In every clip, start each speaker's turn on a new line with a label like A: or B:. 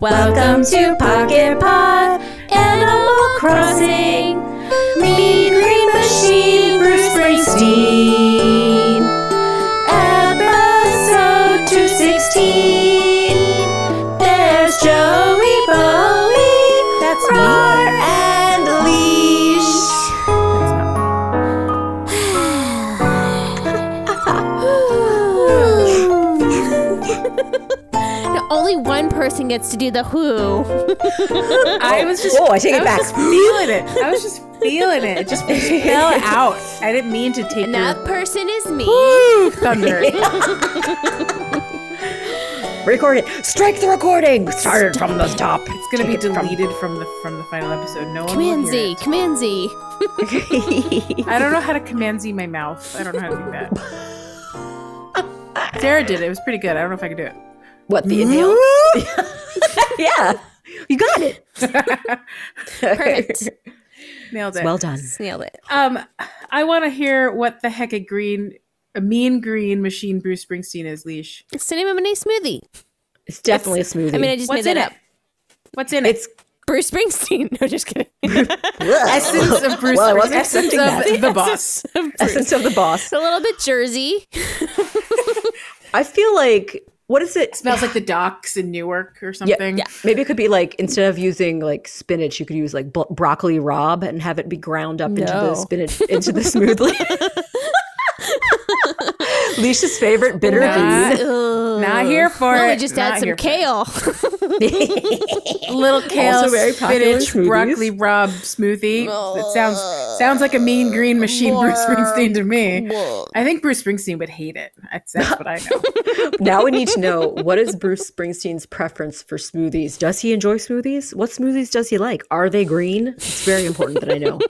A: Welcome to Pocket Pod, Animal Crossing, Mean Green Machine, Bruce Springsteen, episode 216. There's Joey Bowie, that's Roar and Leash.
B: No, only one person gets to do the who.
C: I was just
D: Oh, I take it back.
C: feeling it. I was just feeling it. It just fell out. I didn't mean to take
B: And that person is me.
C: your thunder.
D: Record it. Strike the recording. Started from the top.
C: It's gonna be deleted from the from the final episode. No one will
B: Command
C: hear
B: Z,
C: it.
B: Command Z.
C: I don't know how to command Z my mouth. I don't know how to do that. Sarah did it. It was pretty good. I don't know if I could do it.
D: What the? the yeah, you got it.
B: Perfect.
C: Nailed it.
D: well done.
B: Nailed it.
C: um, I want to hear what the heck a green, a mean green machine Bruce Springsteen is. Leash.
B: It's the name of a nice smoothie.
D: It's definitely a smoothie.
B: I mean, I just
C: What's
B: made
C: in it?
B: that up.
C: What's in it?
D: it's
B: Bruce Springsteen. No, just kidding.
C: Essence of Bruce.
D: Well, I
C: Spring-
D: wasn't
C: essence
D: expecting
C: of
D: that.
C: the boss.
D: essence of the boss.
B: It's a little bit Jersey.
D: I feel like what is it?
C: Smells like the docks in Newark or
D: Yeah,
C: something.
D: yeah. Maybe it could be like instead of using like spinach, you could use like bro- broccoli rob and have it be ground up into
B: No.
D: the spinach into the smoothie. Leisha's favorite bitter
C: Not-
B: Not
C: Not here for
B: Well,
C: it.
B: we just add
C: Not
B: some
C: here for
B: kale.
D: bean.
C: it. Little kale,
D: Also very popular
C: spinach,
D: smoothies.
C: broccoli rub smoothie. It sounds sounds like a mean green machine, Bruce Springsteen to me. I think Bruce Springsteen would hate it. That's, that's what I know.
D: now we need to know what is Bruce Springsteen's preference for smoothies? Does he enjoy smoothies? What smoothies does he like? Are they green? It's very important that I know.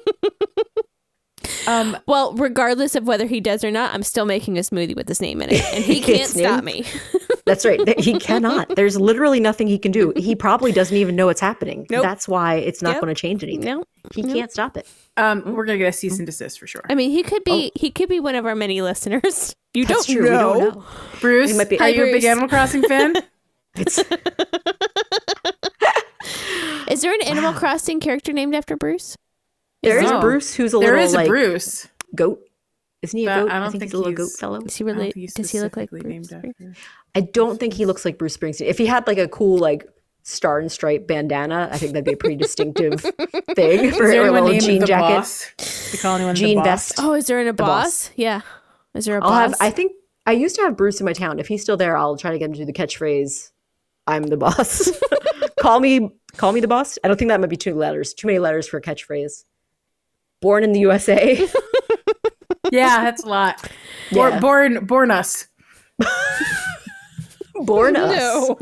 C: Um,
B: Well, regardless of whether he does or not, I'm still making a smoothie with his name in it, and he can't
D: His
B: stop
D: name?
B: me.
D: That's right. that He cannot. There's literally nothing he can do. He probably doesn't even know it's happening.
B: Nope.
D: That's why it's not
B: Yep.
D: going to change anything.
B: No,
D: He
B: Nope.
D: can't stop it.
C: um, we're gonna get a cease and desist for sure.
B: I mean he could be he could be one of our many listeners. You
D: That's
B: don't
D: true.
B: know.
D: We don't know.
C: Bruce,
D: He might be-
C: are
B: Hi,
C: you a big
B: Bruce.
C: Animal Crossing fan?
D: It's
B: Is there an Animal Crossing character named after Bruce?
D: there is
C: No.
D: Bruce who's a
C: there
D: little
C: is a
D: like
C: Bruce.
D: goat. Isn't he a
C: But
D: goat?
C: I don't
D: he's
C: think
D: a little goat
C: he's-
D: fellow.
B: Is he
C: I don't
B: really?
C: think he's
B: Does he look like
C: specifically
B: Bruce?
C: named after-
D: I don't think he looks like Bruce Springsteen. If he had like a cool like star and stripe bandana, I think that'd be a pretty distinctive thing for
C: Is there
D: a
C: anyone
D: little
C: named
D: jean
C: the
D: jacket.
C: boss? Do you call anyone the
D: Jean
C: boss?
D: vest.
B: Oh, is there an, a boss?
D: boss.
B: Yeah. Is there a
D: I'll
B: boss?
D: have. I think I used to have Bruce in my town. If he's still there, I'll try to get him to do the catchphrase. I'm the boss. call me, call me the boss. I don't think that might be two letters. Too many letters for a catchphrase. Born in the USA.
C: Yeah, that's a lot.
D: Yeah.
C: Bor- born, born us.
D: Born us.
B: no.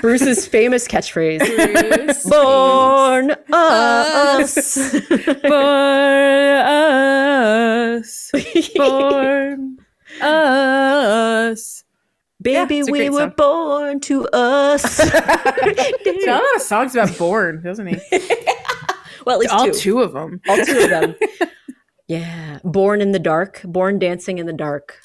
D: Bruce's famous catchphrase. Born us.
C: Born us. Born us.
D: Baby,
C: it's a
D: we
C: great
D: were
C: song.
D: born to us.
C: See, a lot of songs about born, doesn't he?
D: well, at least
C: All
D: two.
C: two of them.
D: All two of them. yeah. Born in the dark. Born dancing in the dark.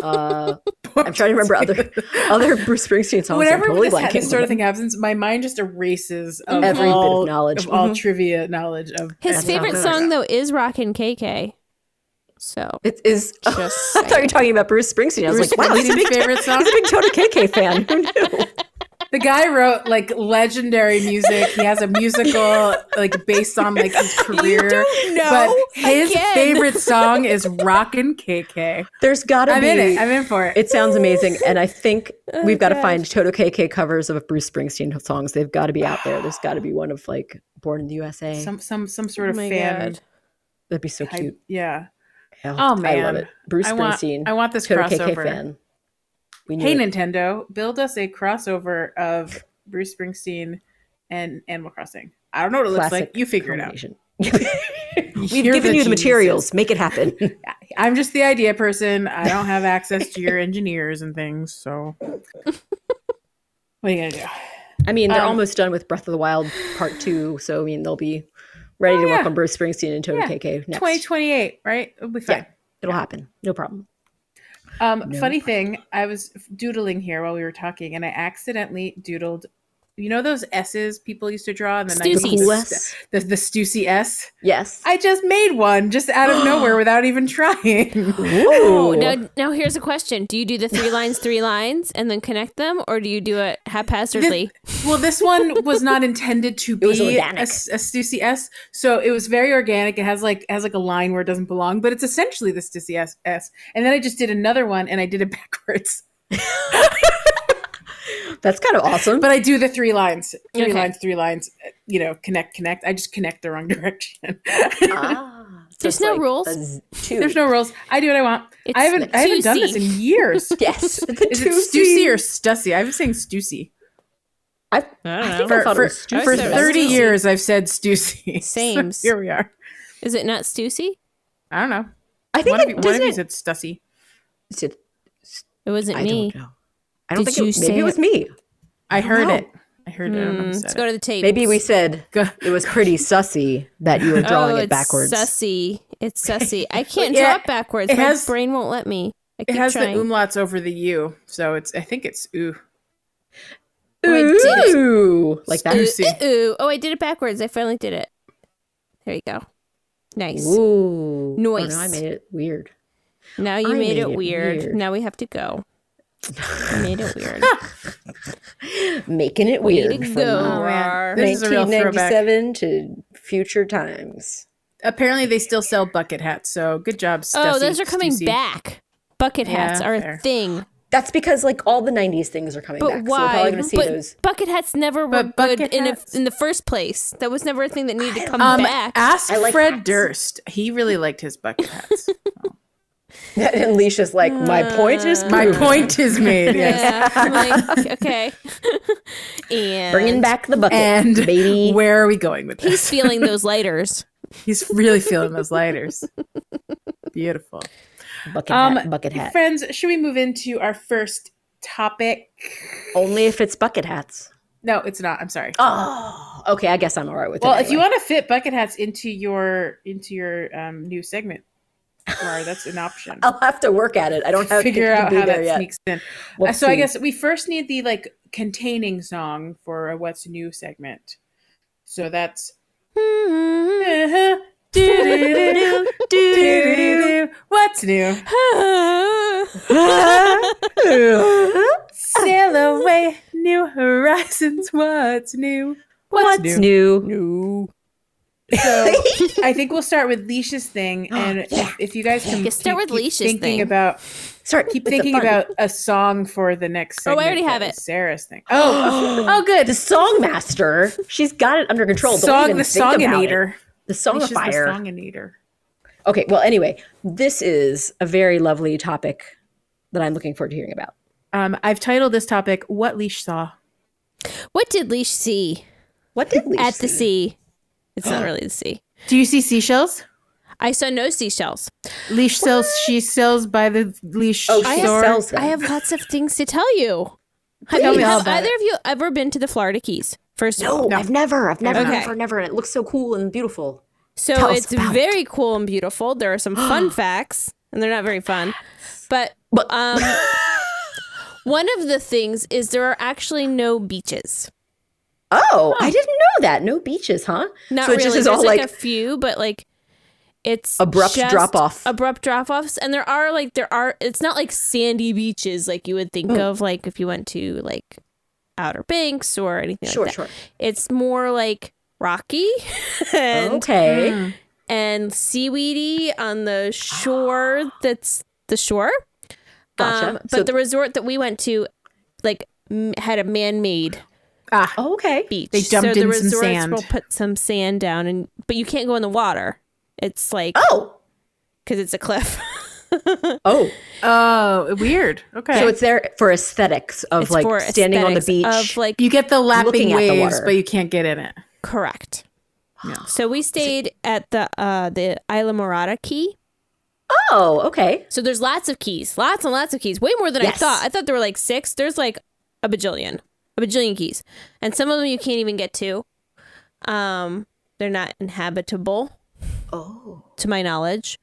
D: Uh, I'm trying to remember other other Bruce Springsteen songs.
C: Whenever
D: I'm totally
C: this, ha-
D: blanking.
C: this sort of thing happens, my mind just erases of
D: Every bit of
C: all,
D: knowledge.
C: of all
D: Mhm.
C: trivia knowledge of
B: His
C: and
B: favorite
C: songs.
B: song though is Rockin' KK. So
D: It is.
B: Just
D: I thought you were talking about Bruce Springsteen. I was
C: Bruce
D: like, wow, he's a
C: Springsteen's
D: big,
C: favorite song.
D: he's a big Toto KK fan. Who knew?
C: The guy wrote like legendary music. He has a musical like based on like his career. But
B: know
C: his
B: again.
C: favorite song is Rockin' KK.
D: There's got to
C: I'm
D: be.
C: in it. I'm Oh, in for it.
D: it sounds amazing, and I think we've got to find Toto KK covers of Bruce Springsteen songs. They've got to be out there. There's got to be one of like Born in the USA.
C: some some some sort
B: oh
C: of
B: my
C: fan.
B: God.
D: That'd be so
C: type-
D: cute.
C: yeah.
D: Yeah,
C: Oh,
D: I love
C: man.
D: it. Bruce
C: I want-
D: Springsteen.
C: I want this
D: Toto KK
C: crossover.
D: fan. We need
C: Hey
D: it.
C: Nintendo, build us a crossover of Bruce Springsteen and Animal Crossing. I don't know what it looks
D: Classic
C: like. You figure it out.
D: combination.
C: We've
D: We've given you the materials. Make it happen.
C: I'm just the idea person. I don't have access to your engineers and things, so what are you gonna do?
D: I mean, they're
C: Um,
D: almost done with Breath of the Wild Part Two, so I mean they'll be ready to work
C: yeah.
D: on Bruce Springsteen and Toto
C: Yeah.
D: KK next.
C: 2028, right? It'll be fine.
D: It'll happen, no problem.
C: Um, Funny thing, I was doodling here while we were talking, and I accidentally doodled you know those S's people used to draw in the
B: Stussies.
D: Cool
C: 1960s?
D: S?
C: The, the Stussy S.
D: Yes.
C: I just made one just out of nowhere without even trying.
B: Oh,
D: Ooh.
B: now, now here's a question. Do you do the three lines, three lines, and then connect them, or do you do it haphazardly?
C: Well, this one was not intended to
D: It was
C: be a,
D: organic.
C: a Stussy S, so it was very organic. It has like has like a line where it doesn't belong, but it's essentially the Stussy S. S. And then I just did another one, and I did it backwards.
D: That's kind of awesome.
C: But I do the three lines, three
B: Okay.
C: lines, three lines. uh, You know, connect, connect. I just connect the wrong direction.
D: Ah, so
B: There's
D: it's
B: no
D: like
B: rules.
D: a z- two.
C: There's no rules. I do what I want. I
B: It's
C: haven't I haven't done this
B: Stussy.
C: in years.
D: Yes. The
C: Is
D: two
C: it Stussy or Stussy? I've been saying Stussy
D: I,
B: I
D: I
B: don't
D: think
B: know.
D: I
C: for
D: thought
C: for,
D: it was Stussy.
C: for
B: I said
C: thirty
B: Stussy.
C: years. I've said Stussy. So
B: Sames.
C: Here we are.
B: Is it not Stussy?
C: I don't know.
D: I think
C: One of
D: it
C: you, one of you
D: doesn't.
C: said Stussy.
D: It,
B: It wasn't
D: I
B: me.
D: don't know. I don't
B: Did
D: think it,
B: you
D: maybe
B: say
D: it was me.
C: I heard
D: know.
C: it. I heard it. I don't
A: Hmm,
C: know who
B: Mm,
C: said
B: let's go
C: it.
B: to the tape.
D: Maybe we said
C: Go-
D: it was pretty sussy that you were drawing
B: oh,
D: it
B: it's
D: backwards.
B: Sussy. It's sussy. I can't
C: Yeah,
B: draw it backwards.
C: it
B: My
C: has-
B: brain won't let me. I
C: It
B: keep
C: has
B: trying.
C: the umlauts over the U, so it's. I think it's ooh.
B: Oh, I did it.
D: Ooh, like that.
C: Stussy.
B: Ooh, ooh. Oh, I did it backwards. I finally did it. There you go. Nice.
D: Ooh, Oh,
B: Noise.
D: no, I made it weird.
B: Now you
D: I
B: made,
D: made
B: it,
D: it
B: weird.
D: weird.
B: Now we have to go. You made it weird.
D: Making it
B: Way
D: weird.
B: to
D: from
B: go.
C: Oh, man.
B: Rawr.
C: This is a real throwback.
D: 1997 to future times.
C: Apparently, they still sell bucket hats. So good job, Stussy.
B: oh, those are coming
C: Stussy.
B: back. Bucket hats
C: Yeah,
B: are
C: fair.
B: a thing.
D: That's because like all the 90s things are coming
B: But
D: back. So we're
B: why?
D: probably going to see
B: but
D: those.
B: bucket hats never were
C: But
B: good
C: bucket
B: in, a,
C: hats-
B: in the first place. That was never a thing that needed to come
C: Um,
B: back.
C: ask
D: I like
C: Fred
D: hats.
C: Durst. He really liked his bucket hats.
D: and Leisha's like, my point is
C: My
D: proved.
C: point is made. Yes.
B: yeah, I'm like, okay. and
D: Bringing back the bucket,
C: And
D: baby.
C: where are we going with
B: he's
C: this?
B: feeling those lighters.
C: He's really feeling those lighters. Beautiful.
D: bucket hat,
C: um,
D: bucket hat.
C: Friends, should we move into our first topic?
D: Only if it's bucket hats.
C: No, it's not. I'm sorry.
D: Oh, okay. I guess I'm all right with
C: Well,
D: it.
C: if you want to fit bucket hats into your into your um, new segment, or that's an option.
D: I'll have to work at it. I don't have
C: Figure
D: to
C: out
D: be
C: how
D: there
C: that
D: yet.
C: sneaks in.
D: We'll
C: Uh, so I
D: see.
C: guess we first need the like containing song for a what's new segment. So that's Do-do-do-do, do-do-do-do, what's new. Sail away, new horizons. What's new?
D: What's new?
B: no.
C: So I think we'll start with Leisha's thing, and if, if you guys can
B: Let's start with Leisha's
C: thinking
B: thing.
C: about
D: Sorry,
C: keep
D: it's a
C: thinking
D: fun-
C: about a song for the next.
B: Oh, I
C: Segment
B: already
C: that
B: have
C: was
B: it.
C: Sarah's thing. Oh, oh,
D: the
C: good.
D: song master. She's got it under control. Don't
C: song,
D: even
C: the
D: think about it.
C: songinator.
D: The song of
C: Leisha's
D: fire.
C: The songinator.
D: Okay, well, anyway, this is a very lovely topic that I'm looking forward to hearing about.
C: Um, I've titled this topic "What Leash Saw."
B: What did Leash see
D: What did we
B: at the
D: see?
B: sea? It's not really the sea.
C: Do you see seashells?
B: I saw no seashells.
C: Leash sells. She sells by the leash
D: Oh,
C: store.
D: she sells them.
B: I have lots of things to tell you. Have,
C: Tell
B: you,
C: me all
B: have
C: about
B: either of you ever been to the Florida Keys? First of all,
D: No, I've never, I've never,
B: Okay.
D: never, never. And it looks so cool and beautiful.
B: So
D: Tell us
B: it's
D: about it.
B: very cool and beautiful. There are some fun facts, and they're not very fun. But
D: But-
B: um, one of the things is there are actually no beaches.
D: Oh, I didn't know that. No beaches, huh?
B: Not
D: so it
B: really.
D: just is
B: There's
D: all
B: like,
D: like,
B: a few, but like it's
D: Abrupt
B: just
D: drop-off.
B: Abrupt drop offs, and there are like there are. It's not like sandy beaches like you would
D: Mm.
B: think of like if you went to like Outer Banks or anything.
D: sure,
B: like that.
D: sure.
B: It's more like rocky and hmm,
D: Okay.
B: and seaweedy on the shore that's the shore.
D: Gotcha.
B: Um, but
D: So-
B: the resort that we went to, like, m- had a man-made
C: Ah,
D: Oh, okay.
B: beach.
C: They dumped
B: so the
C: in some
B: resorts
C: sand.
B: will put some sand down, and but you can't go in the water. It's like
D: Oh,
B: because it's a cliff.
D: oh.
C: oh, weird. Okay.
D: So it's there for aesthetics of
B: it's
D: like
B: for
D: standing on the beach.
B: aesthetics Of like
C: you get the lapping
D: Looking at the
C: waves,
D: water.
C: but you can't get in it.
B: correct.
C: Yeah.
B: So we stayed at the uh, the Isla Morada Key.
D: oh, okay.
B: So there's lots of keys, lots and lots of keys, way more than I
D: Yes.
B: thought. I thought there were like six. There's like a bajillion, a bajillion keys, and some of them you can't even get to. Um, they're not inhabitable,
D: Oh,
B: to my knowledge,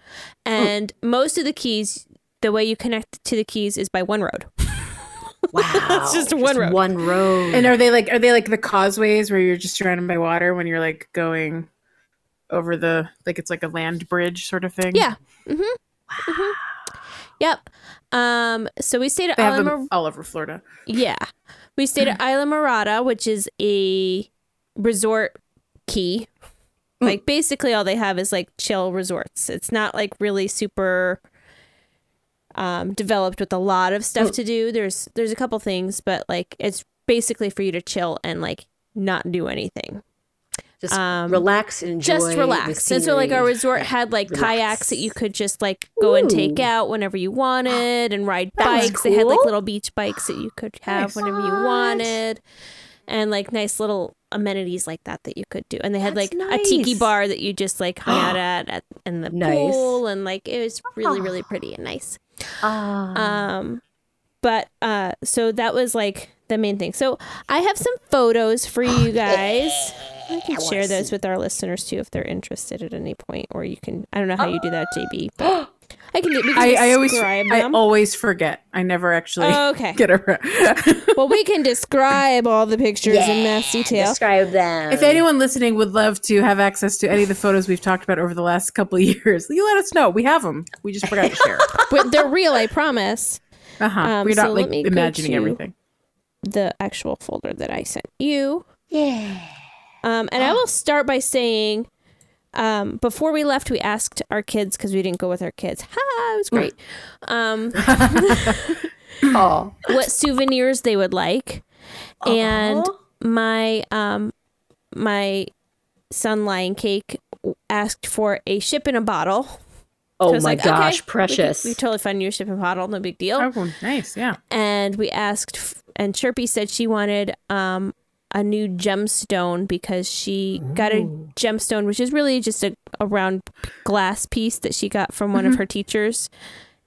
C: Hmm.
B: and most of the keys, the way you connect to the keys is by one road.
D: Wow.
B: It's just one road.
D: One road.
C: And are they like are they like the causeways where you're just surrounded by water when you're like going over the like it's like a land bridge sort of thing?
B: Yeah. Mm-hmm. Mhm. Yep. Um. So we stayed at
C: They have
B: Isla
C: them
B: Mar-
C: all over Florida.
B: yeah, we stayed at Isla Morada, which is a resort key. Like basically, all they have is like chill resorts. It's not like really super um, developed with a lot of stuff to do. There's there's a couple things, but like it's basically for you to chill and like not do anything.
D: just
B: um,
D: relax and enjoy.
B: just relax.
D: The
B: And so, like, our
D: scenery.
B: resort had like kayaks
D: relax.
B: that you could just like go and take
D: Ooh.
B: out whenever you wanted and ride
D: was
B: bikes. They had like
D: cool.
B: little beach bikes that you could
C: Nice.
B: have whenever you wanted and like nice little amenities like that that you could do. And they had
D: That's
B: like a tiki
D: nice.
B: bar that you just like hung out at, at in the
D: Nice.
B: pool. And like, it was really, really pretty and nice.
D: Ah.
B: Um, but uh, so that was like the main thing. So I have some photos for you guys. I can share those with our listeners too if they're interested at any point, or you can. I don't know how you do that, JB, but I can. do- We can
C: I, I always
B: describe
C: I
B: them.
C: always forget. I never actually
B: Oh, okay.
C: get around.
B: well, we can describe all the pictures in mass detail.
D: Describe them.
C: if anyone listening would love to have access to any of the photos we've talked about over the last couple of years, you let us know. We have them. We just forgot to share.
B: but they're real, I promise.
C: Uh-huh.
B: Um,
C: We're
B: so
C: not
B: let
C: like
B: me go
C: imagining
B: to-
C: everything.
B: The actual folder that I sent you. Yeah. Um, and I will start by saying. Um, before we left, we asked our kids because we didn't go with our kids. Ha! It was great. Um,
D: oh,
B: what souvenirs they would like. And my um my son Lion Cake asked for a ship in a bottle. So I
D: oh my
B: was like, okay,
D: gosh,
B: we could-
D: precious.
B: We, totally found you a ship in a bottle, no big deal.
C: Oh, nice. Yeah.
B: And we asked f- and Chirpy said she wanted um a new gemstone because she got a gemstone which is really just a, a round glass piece that she got from one
D: Mm-hmm.
B: of her teachers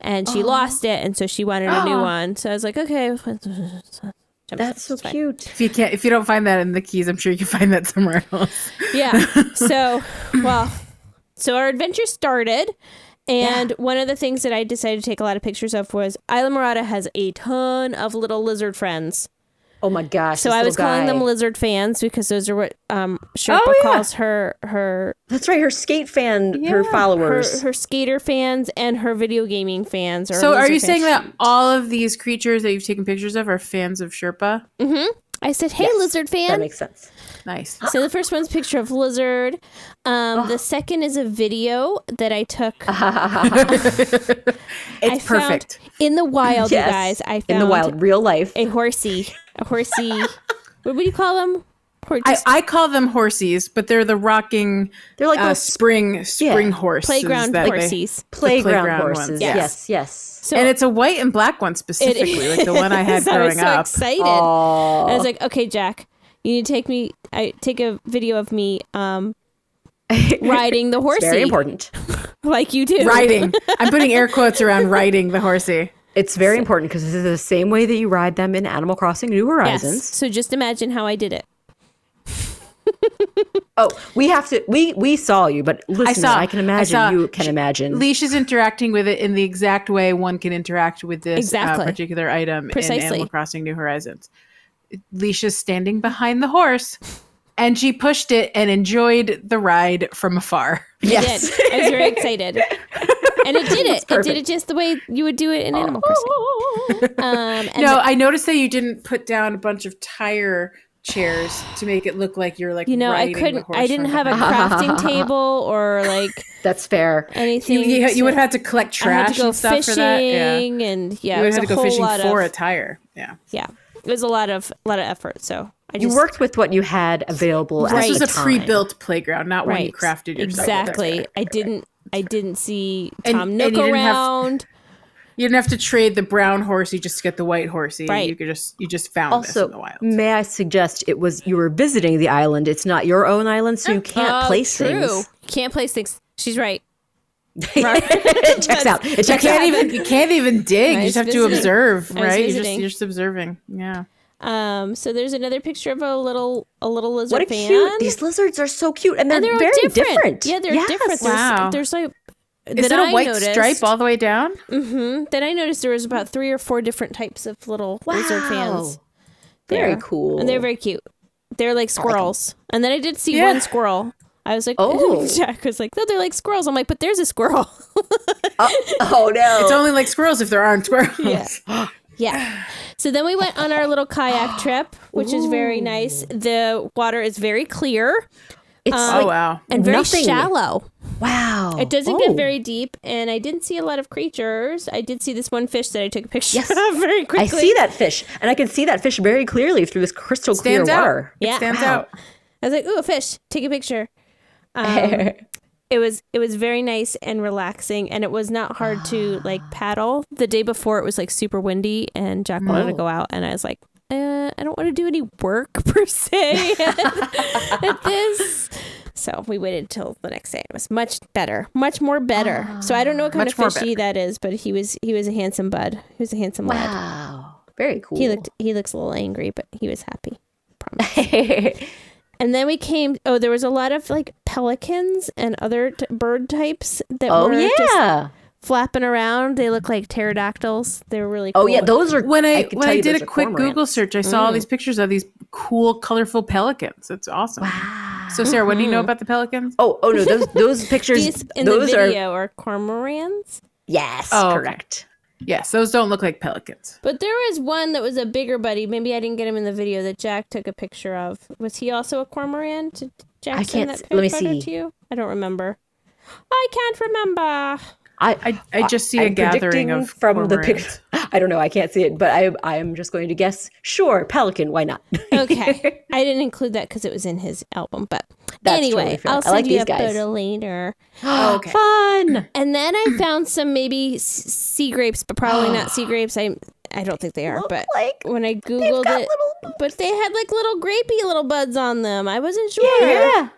B: and she lost it and so she wanted a new one so i was like okay
D: That's so cute.
C: If you can't, if you don't find that in the keys, I'm sure you can find that somewhere else.
B: yeah. So, well, so our adventure started. And one of the things that I decided to take a lot of pictures of was Isla Morada has a ton of little lizard friends.
D: Oh my gosh.
B: So
D: this
B: I was
D: little
B: calling them
D: guy.
B: lizard fans because those are what um, Sherpa
C: Oh, yeah.
B: calls her her
D: That's right. Her skate fan, her
B: her,
D: followers.
B: her skater fans and her video gaming fans. Or
C: So, are
B: lizard
C: you
B: fans.
C: saying that all of these creatures that you've taken pictures of are fans of Sherpa?
B: I said, "Hey, lizard
D: that
B: fan."
D: makes sense.
C: Nice.
B: So the first one's a picture of lizard. Um, the second is a video that I took
C: It's
B: found
C: perfect.
B: in the wild,
D: Yes.
B: you guys. I found
D: In the wild, real life.
B: a horsey, a horsey. what would you call them? Hor-
C: I,
B: just
C: I call them horsies, but they're the rocking
D: They're like
C: uh,
D: those
C: spring spring horses.
B: playground
C: that they-
B: horsies.
D: playground,
C: playground
D: horses.
C: ones,
D: Yes.
C: yes.
D: yes,
B: So
C: and it's a white and black one specifically, like the one I had
B: I was
C: growing
B: so
C: up.
B: excited. I was like, okay, Jack, you need to take me. I take a video of me um, riding the horsey,
D: Very important.
B: like you do.
C: Riding. I'm putting air quotes around riding the horsey.
D: It's very important because this is the same way that you ride them in Animal Crossing New
B: Yes.
D: Horizons.
B: So just imagine how I did it.
D: Oh, we have to. We we saw you, but listen, I,
C: saw-
D: can
C: I
D: imagine.
C: saw-
D: you can imagine.
C: Leash is interacting with it in the exact way one can interact with this uh,
B: Exactly.
C: particular item in
B: Precisely.
C: Animal Crossing New Horizons. Leash is standing behind the horse, and she pushed it and enjoyed the ride from afar.
B: I did. I was very excited. And it did it. It did
D: perfect.
B: it just the way you would do it in Animal Crossing. Um, and
C: no, I noticed that you didn't put down a bunch of tire chairs to make it look like you're like
B: you know, I
C: riding the
B: couldn't.
C: horse
B: I didn't
C: from
B: have a
C: behind.
B: crafting table or like
D: That's fair.
B: anything.
C: You, you
B: to-
C: would have to collect
B: I had
C: trash
B: to go
C: and stuff
B: fishing
C: for that. Yeah. You
B: and yeah,
C: would
B: it
C: have had
B: was
C: to
B: a
C: go
B: whole
C: fishing
B: lot
C: for
B: of
C: a tire. Yeah.
B: yeah, it was a lot of lot of effort. So I
D: You
B: just
D: worked with what you had available. at
B: Right.
C: This
D: the
C: was a
D: time.
C: pre-built playground, not one you
B: right
C: crafted yourself.
B: exactly. I didn't. I didn't see
C: And-
B: Tom
C: and
B: Nook
C: you didn't have-
B: around.
C: You didn't have to trade the brown horsey just to get the white horsey.
B: Right.
C: You could just you just found this in the
D: Also,
C: wild.
D: may I suggest it was you were visiting the island. It's not your own island, so you can't
B: Oh,
D: place
B: true.
D: things.
B: Can't place things. She's right.
D: it checks out. It
C: You
D: checks out.
C: can't even you can't even dig.
B: I
C: You
B: was
C: just have
B: visiting.
C: to observe,
B: I was
C: right? You're just
B: visiting.
C: you're just observing. Yeah.
B: Um. So there's another picture of a little a little lizard
D: What a
B: fan.
D: cute! These lizards are so cute, and they're,
B: and they're all
D: very
B: different.
D: different.
B: Yeah, they're
D: Yes.
B: different. There's,
C: Wow.
B: there's like
C: Is
B: that
C: it a
B: I
C: white
B: noticed-
C: stripe all the way down?
B: hmm Then I noticed there was about three or four different types of little lizard fans.
D: Wow. Very
B: Yeah.
D: cool.
B: and they're very cute. They're like squirrels. And then I did see
C: Yeah.
B: one squirrel. I was like,
D: Oh.
B: oh, Jack was like, no, they're like squirrels. I'm like, but there's a squirrel.
D: oh no.
C: It's only like squirrels if there aren't squirrels.
B: yeah. So then we went on our little kayak trip, which is very nice. The water is very clear um,
D: It's
C: Oh
D: like,
C: wow.
B: and very
D: Nothing.
B: shallow.
D: wow.
B: It doesn't
D: Oh.
B: get very deep, and I didn't see a lot of creatures. I did see this one fish that I took a picture
D: Yes.
B: of very quickly.
D: I see that fish, and I can see that fish very clearly through this crystal clear
C: Stands out.
D: water.
B: Yeah.
C: It stands
D: Wow.
C: out.
B: I was like, "Ooh, a fish! Take a picture." Um, it was it was very nice and relaxing, and it was not hard to like paddle. The day before, it was like super windy, and Jack wanted to go out, and I was like, uh, "I don't want to do any work per se at, at this." So we waited till the next day. It was much better, much more better. so I don't know what kind
C: Much
B: of
C: more
B: fishy that is, but he was he was a handsome bud. He was a handsome lad.
D: Wow. Very cool.
B: He looked he looks a little angry, but he was happy. Promise. And then we came. Oh, there was a lot of like pelicans and other t- bird types that
D: oh
B: were
D: yeah.
B: just flapping around. They look like pterodactyls. They were really cool.
D: oh yeah. Those are
C: When I,
D: can
C: when
D: tell
C: I
D: you
C: did
D: those
C: a
D: are
C: quick
D: cormorants.
C: Google search, I
B: Mm.
C: saw all these pictures of these cool, colorful pelicans. It's awesome.
D: Wow.
C: So Sarah, what do
B: Mm-hmm.
C: you know about the pelicans?
D: Oh oh no. Those those pictures.
B: These in the
D: those are
B: video are cormorants,
D: yes.
C: Oh, okay.
D: correct.
C: Yes, those don't look like pelicans.
B: but there was one that was a bigger buddy. Maybe I didn't get him in the video that Jack took a picture of. Was he also a cormorant? Did Jack
D: I can't
B: send that
D: s- let me
B: photo
D: see.
B: to you? I don't remember. I can't remember.
D: I
C: I, I just see a
D: I'm
C: gathering
D: predicting
C: of
D: from the
C: cormorants.
D: picture. I don't know. I can't see it, but I I am just going to guess. Sure, pelican. Why not?
B: Okay. I didn't include that because it was in his album, but
D: That's totally
B: anyway,
D: fair. I
B: I'll send
D: like
B: you
D: these
B: a
D: guys.
B: photo later.
C: Oh, okay.
D: Fun.
B: And then I found some maybe s- sea grapes, but probably not sea grapes. I I don't think they are. But
D: like
B: when I googled it, but they had like little grapey little buds on them. I wasn't sure.
D: Yeah.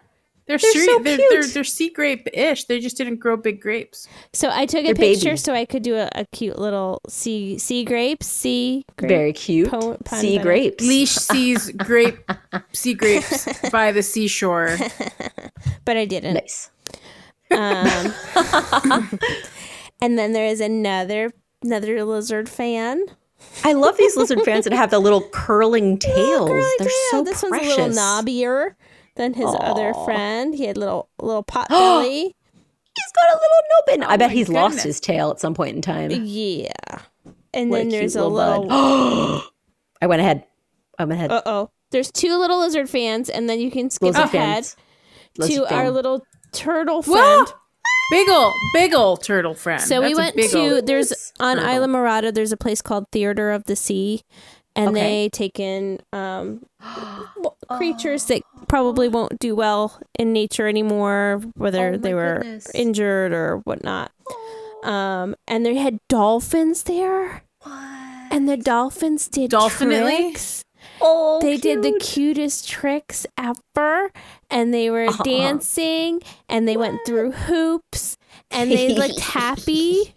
C: They're,
D: They're
C: sea-
D: so
C: they're, They're,
D: cute.
C: they're sea grape ish. They just didn't grow big grapes.
B: So I took a
D: They're
B: picture
D: baby.
B: so I could do a, a cute little sea sea grapes sea grape.
D: Very cute.
B: Po- pun
D: sea
B: better.
D: grapes.
C: Leash sees grape sea grapes by the seashore.
B: but I didn't.
D: Nice.
B: Um, and then there is another another lizard fan.
D: I love these lizard fans that have the little curling tails.
B: Really
D: They're
B: do.
D: so
B: this
D: precious.
B: one's a little knobbier than his other friend. He had little little pot belly.
D: He's got a little nobbin. I bet
C: Oh my
D: he's lost
C: goodness. E
D: his tail at some point in time.
B: Yeah. And
D: What
B: then
D: cute
B: there's a
D: bud.
B: little
D: I went ahead. I went ahead.
B: uh oh. There's two little lizard fans, and then you can skip
D: lizard
B: ahead
D: fans. Lizard
B: to our
D: fan.
B: little turtle
C: Whoa!
B: friend.
C: Big ol' big ol' turtle friend.
B: So
C: That's
B: we
C: a
B: went
C: big
B: to
C: ol'-
B: there's on
D: Turtle.
B: Isla Morada. There's a place called Theater of the Sea, and
D: Okay.
B: they take in um, w- creatures
D: Oh.
B: that probably won't do well in nature anymore,
D: Oh
B: whether they were injured or whatnot. Um, and they had dolphins there, and the dolphins did
C: Dolphinately?
B: tricks.
D: Oh,
B: They did the cutest tricks ever, and they were dancing, and they went through hoops, and they looked happy,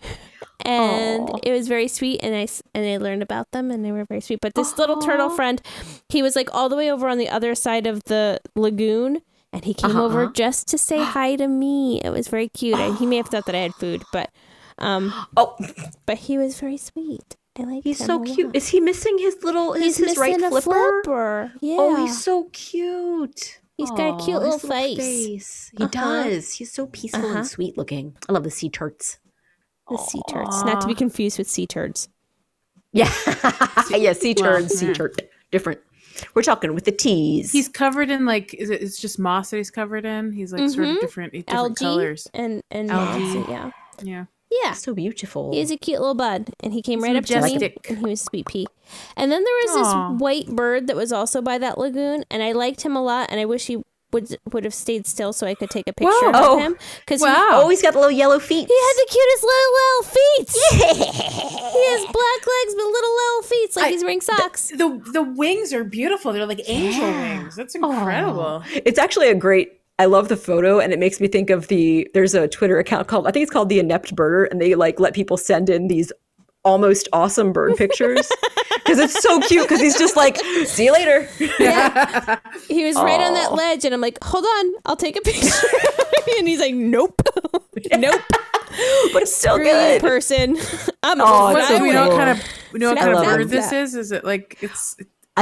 B: and it was very sweet. And I s- and I learned about them, and they were very sweet. But this little turtle friend, he was like all the way over on the other side of the lagoon, and he came over just to say hi to me. It was very cute. and he may have thought that I had food, but um,
D: Oh,
B: but he was very sweet. I like
D: he's so cute. Is he missing his little?
B: He's
D: Is his right
B: missing a
D: flipper?
B: flipper. Yeah.
D: Oh, he's so cute.
B: He's got a cute
D: Aw,
B: little
D: his
B: face.
D: He
B: Uh-huh.
D: does. He's so peaceful
B: Uh-huh.
D: and sweet looking. I love the sea turts.
B: The sea turds, not to be confused with sea turds.
D: Yeah, yeah, sea
C: Well,
D: turds, sea
C: yeah.
D: turt, different. We're talking with the T's.
C: He's covered in like is it, it's just moss that he's covered in. He's like sort of
D: Mm-hmm.
B: Mhm.
C: different different
B: Algae
C: colors.
B: and and
C: Algae.
B: moss, yeah,
C: Yeah.
B: yeah.
D: so beautiful.
B: He's a cute little bud, and he came
C: He's
B: right up
C: majestic.
B: to me, and he was sweet pea. And then there was
C: Aw.
B: this white bird that was also by that lagoon, and I liked him a lot, and I wish he would would have stayed still so I could take a picture
C: Whoa.
B: of
D: Oh.
B: him because
C: Wow.
D: oh, he's got the little yellow feet.
B: he, he had the cutest little little feet. He has black legs but little little feet, like
C: I-
B: he's wearing socks.
C: The the wings are beautiful. They're like angel
D: Yeah.
C: wings. That's incredible.
D: It's actually a great. I love the photo, and it makes me think of the. There's a Twitter account called I think it's called the Inept Birder, and they like let people send in these almost awesome bird pictures because it's so cute. Because he's just like, see you later.
B: He was right on that ledge, and I'm like, "Hold on, I'll take a picture." and he's like, "Nope, nope."
A: but it's still
B: Screw you,
A: good.
B: person. I'm
D: Oh,
C: What,
D: it's
C: do
D: so
C: we
B: would-
C: know what
D: cool.
C: kind of we know what
B: I
C: kind of
D: love
C: bird
B: that.
C: this is? Is it like it's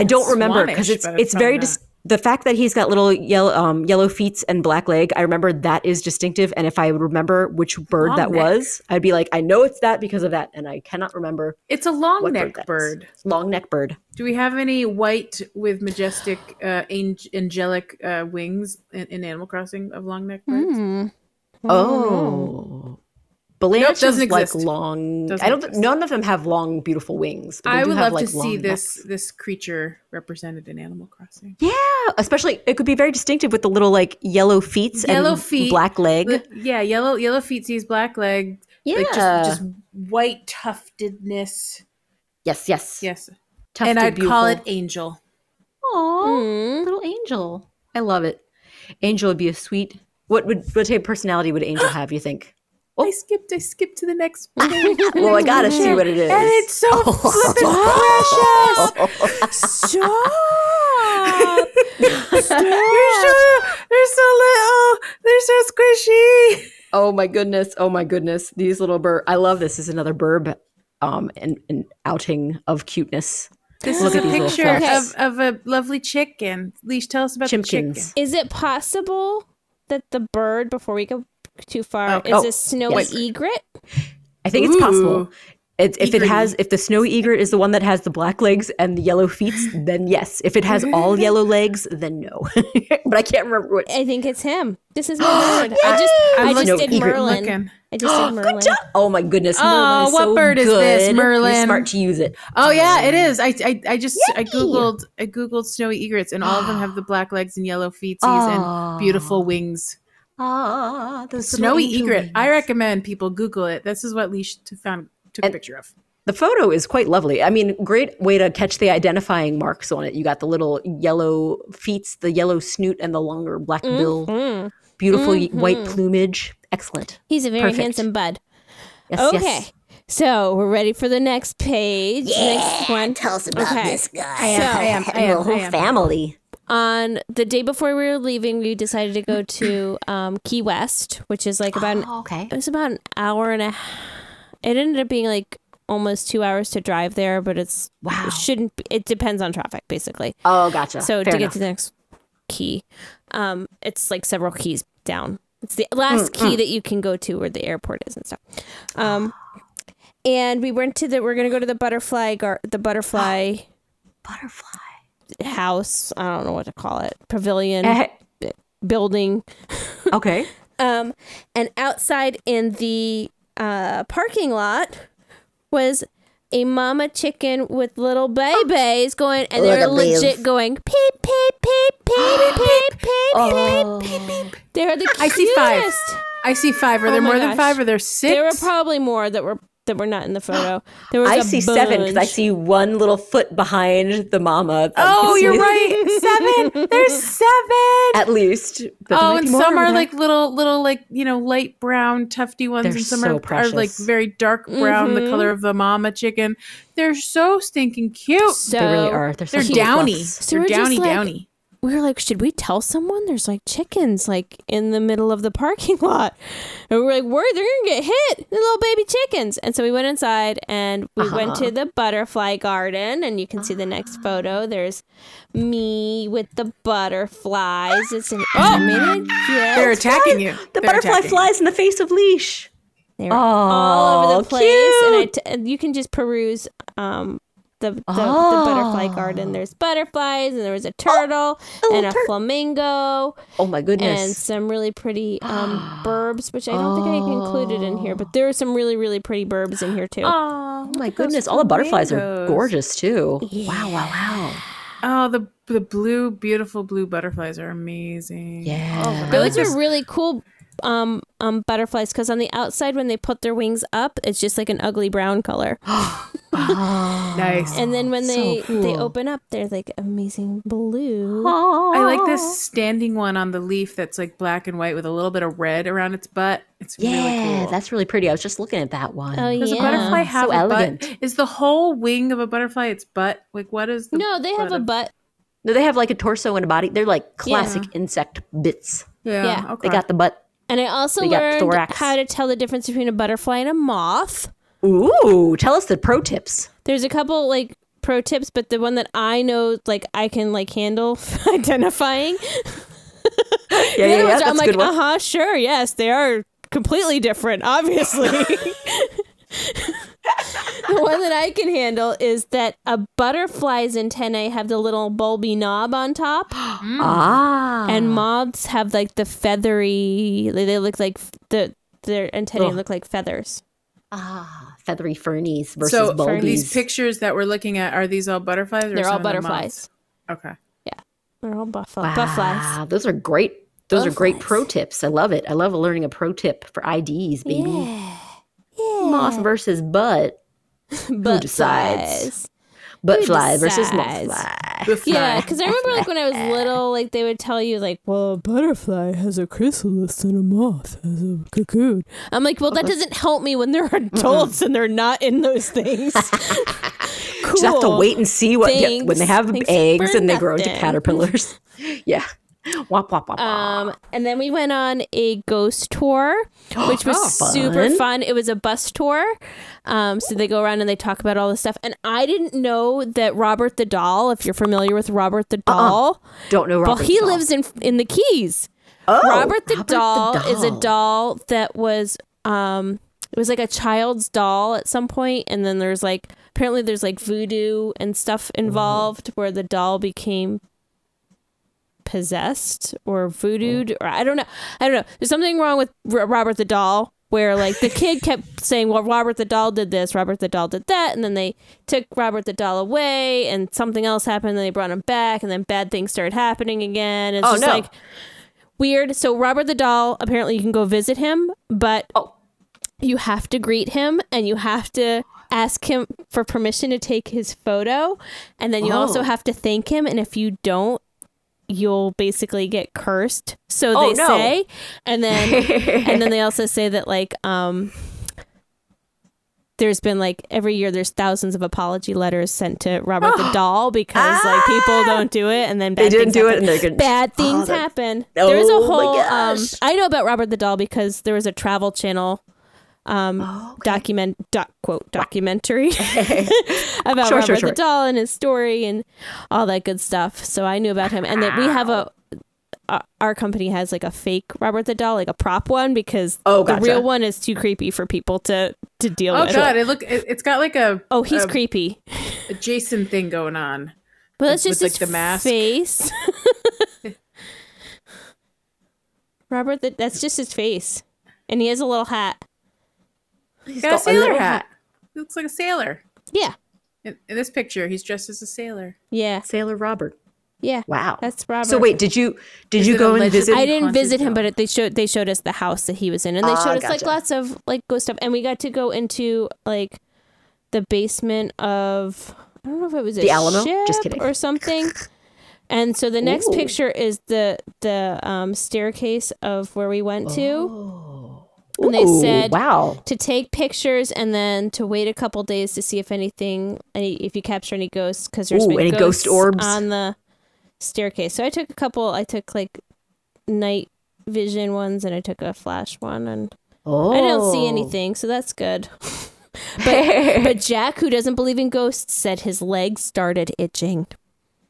D: I don't remember
C: Swanish,
D: because it's
C: but it's
D: it's very
C: probably
D: dis- the fact that he's got little yellow um, yellow feet and black leg. I remember that is distinctive, and if I would remember which bird
C: Long
D: that
C: neck.
D: was, I'd be like, I know it's that because of that, and I cannot remember
C: it's a long
D: what
C: neck
D: bird.
C: bird.
D: long neck bird.
C: Do we have any white with majestic uh, ang- angelic uh, wings in, in Animal Crossing of long neck birds?
B: Hmm.
D: Oh, Balanche
C: Nope, doesn't
D: is like
C: exist.
D: long.
C: Doesn't
D: I don't. Th-
C: exist.
D: none of them have long, beautiful wings. but they
C: I
D: do
C: would
D: have,
C: love
D: like,
C: to see
D: long
C: this
D: necks.
C: this creature represented in Animal Crossing.
D: Yeah, especially it could be very distinctive with the little like yellow feet,
C: Yellow
D: and
C: feet,
D: black leg.
C: Li- Yeah, yellow yellow feetsies, black leg,
D: yeah.
C: like just, just white tuftedness.
D: yes. Yes.
C: Yes,
D: Tufted,
C: and I'd call
D: beautiful.
C: it Mm. angel.
D: Aw,
B: Hmm.
D: little angel. I love it. Angel would be a sweet. What would what type of personality would Angel have? You think? Oh.
C: I skipped. I skipped to the next.
D: Well, I gotta see what it is.
C: And it's so
D: Oh,
C: flippin' precious. Stop! You're so, they're so little. They're so squishy.
D: Oh my goodness! Oh my goodness! These little bird. I love this. this is another burb, um, and an outing of cuteness.
C: This
D: Look
C: is
D: at
C: a
D: these little
C: picture
B: fluffs.
C: of, of a lovely chicken. Leash, tell us about the
D: Chimkins.
C: chicken.
B: Is it possible that the bird, before we go too far,
C: Okay.
B: is
D: Oh,
B: a snowy
D: yes.
B: egret?
D: I think it's possible.
C: Ooh.
D: It's, if it
C: Eagerly.
D: has, if the snowy egret is the one that has the black legs and the yellow feet, then yes. If it has all yellow legs, then no. but I can't remember what.
B: I think it's him. This is my word. I just,
C: I'm
B: I just
D: looking-
B: did
D: Egret
B: Merlin.
C: looking.
B: I just did Merlin.
D: Oh my goodness!
C: Oh,
D: Merlin is
C: what
D: so
C: bird is this,
D: good. You're
C: Merlin?
D: smart to use it.
C: Oh yeah, it is. I I, I just I googled I googled snowy egrets, and all of them have the black legs and yellow feetsies
D: Aw.
C: and beautiful wings.
D: Ah, the
C: Snowy egret. I recommend people Google it. This is what Leash t- found took
D: And-
C: a picture of.
D: the photo is quite lovely. I mean, great way to catch the identifying marks on it. You got the little yellow feet, the yellow snoot, and the longer black
C: Mm-hmm.
D: bill.
B: Mm.
D: Beautiful y white plumage. Excellent.
B: He's a very
D: Perfect.
B: handsome bud.
D: Yes.
B: Okay.
D: Yes.
B: So we're ready for the next page. next one.
E: Tell us about
B: Okay.
E: this guy.
B: am, So- I
C: am, I am,
E: The whole
C: I am.
E: family.
B: On the day before we were leaving, we decided to go to um, Key West, which is like about an
A: Oh.
E: okay.
B: it was about an hour and a half. It ended up being like almost two hours to drive there, but it's
D: Wow.
B: it shouldn't. Be, it depends on traffic, basically.
D: Oh, gotcha.
B: so to
D: Fair
B: get
D: enough.
B: to the next key, um, it's like several keys down. It's
D: Mm,
B: the last key that you can go to where the airport is and stuff. Um, and we went to the. We're gonna go to the butterfly gar- the butterfly
D: butterfly.
B: house. I don't know what to call it. Pavilion
D: Eh,
B: building.
D: okay.
B: Um, and outside in the uh, parking lot was a mama chicken with little babies going,
D: Oh,
B: and they were
E: Little babies.
B: legit going peep peep peep peep peep peep
D: Oh.
B: peep peep peep. They're the cutest.
C: I see five. I see
D: Oh
C: five. Are there
B: my
C: more
B: gosh.
C: than five? Are there six?
B: There were probably more that were that were not in the photo. There was
D: I
B: a
D: see seven because I
B: bunch.
D: see one little foot behind the mama. that you
C: oh,
D: can
C: you're
D: see
C: right. Seven. There's seven.
D: At least. But there
C: Oh,
D: might
C: and
D: be more
C: some
D: over
C: are
D: there.
C: like little, little, like you know, light brown, tufty ones,
D: They're
C: and some
D: so
C: are, are like
D: precious. Mm-hmm.
C: very dark brown, the color of the mama chicken. They're so stinking cute.
B: So
D: They really are. They're, so
C: They're
D: cute.
C: downy.
B: So
C: They're
B: we're just
C: downy,
B: like-
C: downy.
B: we were like, should we tell someone there's like chickens like in the middle of the parking lot? And we were like, where they're gonna get hit, the little baby chickens. And so we went inside and we went to the butterfly garden, and you can see the next photo. There's me with the butterflies. It's an animated gift.
C: They're attacking you.
D: "Oh, The
C: They're
D: butterfly
C: attacking.
D: flies in the face of leash.
B: They were all over
D: Oh,
B: the place, and, I
D: cute.
B: t- and you can just peruse um, the the,
D: Oh.
B: the butterfly garden. There's butterflies, and there was a turtle and a flamingo,
D: Oh my goodness.
B: and some really pretty um, burbs, which I don't think I included in here, but there are some really really pretty burbs in here too.
C: Oh,
D: Oh my goodness, all the butterflies are gorgeous too. Wow, wow, wow.
C: Oh, the the blue, beautiful blue butterflies are amazing.
D: Yeah.
C: I
B: Those
C: like
B: are
C: this-
B: really cool um um butterflies because on the outside when they put their wings up it's just like an ugly brown color
C: nice.
B: and then when
D: So
B: they they
D: cool.
B: open up they're like amazing blue
C: I like this standing one on the leaf that's like black and white with a little bit of red around its butt. It's
D: Yeah,
C: really cool.
D: that's really pretty. I was just looking at that one.
B: Oh,
C: Does
B: yeah.
C: a butterfly
D: So
C: have a
D: elegant.
C: butt? Is the whole wing of a butterfly its butt? Like what is the
B: No, they have a
C: of-
B: butt.
D: No, they have like a torso and a body. They're like classic insect bits.
C: Yeah.
B: yeah.
C: Okay.
D: They got the butt.
B: And I also
D: They got
B: learned
D: thorax.
B: how to tell the difference between a butterfly and a moth.
D: Ooh, tell us the pro tips.
B: There's a couple like pro tips, but the one that I know like I can like handle identifying.
D: Yeah, yeah,
B: The other
D: yeah.
B: ones,
D: That's
B: I'm
D: a
B: like,
D: good one.
B: uh-huh, sure, yes, they are completely different, obviously. the one that I can handle is that uh, a butterfly's antennae have the little bulby knob on top.
D: Ah,
B: and moths have like the feathery they, they look like f- the their antennae
D: Ugh.
B: look like feathers
D: ah, feathery fernies versus
C: So
D: bulbies.
C: these pictures that we're looking at are these all butterflies? Or
B: they're all
C: some of them moths?
B: butterflies
C: Okay.
B: they're all buff-
D: Wow,
B: butterflies
D: Those are great. Those are great
B: Butterflies.
D: pro tips. I love it. I love learning a pro tip for IDs, baby.
B: yeah
D: Moth versus butt,
B: Butt
D: decides?
B: flies.
D: butt
B: Who
D: fly versus moth
B: decides?
D: fly.
C: Butterfly.
B: yeah because i remember like when i was little like they would tell you like well a butterfly has a chrysalis and a moth has a cocoon i'm like well that
D: Uh-huh.
B: doesn't help me when they're adults and they're not in those things cool
D: Just have to wait and see what yeah, when they
B: Thanks.
D: have
B: Thanks
D: eggs
B: for
D: and they grow into
B: nothing.
D: caterpillars. yeah, wop wop wop. wop.
B: Um, and then we went on a ghost tour, which was
D: Oh,
B: super
D: fun.
B: fun. It was a bus tour. Um, so they go around and they talk about all this stuff. And I didn't know that Robert the Doll, if you're familiar with Robert the Doll,
D: Don't know.
B: well,
D: Uh-uh. Robert
B: he
D: the doll.
B: lives in in the Keys.
D: Oh,
B: Robert the doll is a
D: doll.
B: doll that was um it was like a child's doll at some point and then there's like apparently there's like voodoo and stuff
D: Mm-hmm.
B: involved where the doll became possessed or
D: Oh.
B: voodooed or I don't know. I don't know. There's something wrong with R- Robert the doll where like the kid kept saying well Robert the doll did this, Robert the doll did that and then they took Robert the doll away and something else happened and they brought him back and then bad things started happening again. It's
D: Oh,
B: just
D: no.
B: like weird. So Robert the doll, apparently you can go visit him, but
D: Oh.
B: you have to greet him and you have to ask him for permission to take his photo, and then you also
D: Oh.
B: have to thank him. And if you don't, you'll basically get cursed. So
D: Oh,
B: they
D: no.
B: say, and then and then they also say that like um. There's been like every year there's thousands of apology letters sent to Robert the doll because like people don't do it and then bad
D: Ah! They didn't
B: things
D: do
B: happen
D: it, and they're gonna
B: bad things
D: Oh, that-
B: happen. there is a
D: Oh my
B: whole. Um,
D: gosh.
B: I know about Robert the Doll because there was a Travel Channel um,
D: Oh, okay.
B: document doc, quote documentary about
D: Sure,
B: Robert
D: sure, sure.
B: the Doll and his story and all that good stuff. So I knew about him, and that we have a. Uh, our company has like a fake Robert the Doll, like a prop one, because
D: Oh,
B: the
D: gotcha.
B: real one is too creepy for people to to deal
C: Oh
B: with.
C: god, it look it, it's got like a
B: Oh, he's
D: Um,
C: a,
B: creepy.
C: a Jason thing going on.
B: Well, that's
C: With,
B: just
C: like,
B: his
C: the mask.
B: face. Robert, that, that's just his face, and he has a little hat.
D: He's
C: Got a
D: a
C: sailor
D: little
C: hat. He looks like a sailor.
B: Yeah,
C: In, in this picture, he's dressed as a sailor.
B: yeah,
D: Sailor Robert.
B: yeah.
D: Wow.
B: That's Robert.
D: So wait, did you did
C: Is
D: you
C: it
D: go and
C: alleged-
D: visit?
B: I didn't
C: haunted
B: visit him,
C: doll.
B: but it, they showed they showed us the house that he was in, and they
D: Ah,
B: showed us like
D: gotcha.
B: lots of like ghost stuff, and we got to go into like the basement of I don't know if it was a
D: The Alamo?
B: ship
D: Just kidding.
B: or something. And so the next
D: Ooh.
B: picture is the the um, staircase of where we went to.
D: Oh.
B: and they
D: Ooh,
B: said-
D: "Wow,
B: to take pictures and then to wait a couple days to see if anything, any, if you capture any ghosts, because there's
D: Ooh,
B: been
D: any
B: ghosts
D: ghost orbs?
B: on the staircase. So I took a couple. I took like night vision ones and I took a flash one, and
D: oh,
B: I don't see anything, so that's good. but but Jack, who doesn't believe in ghosts, said his legs started itching.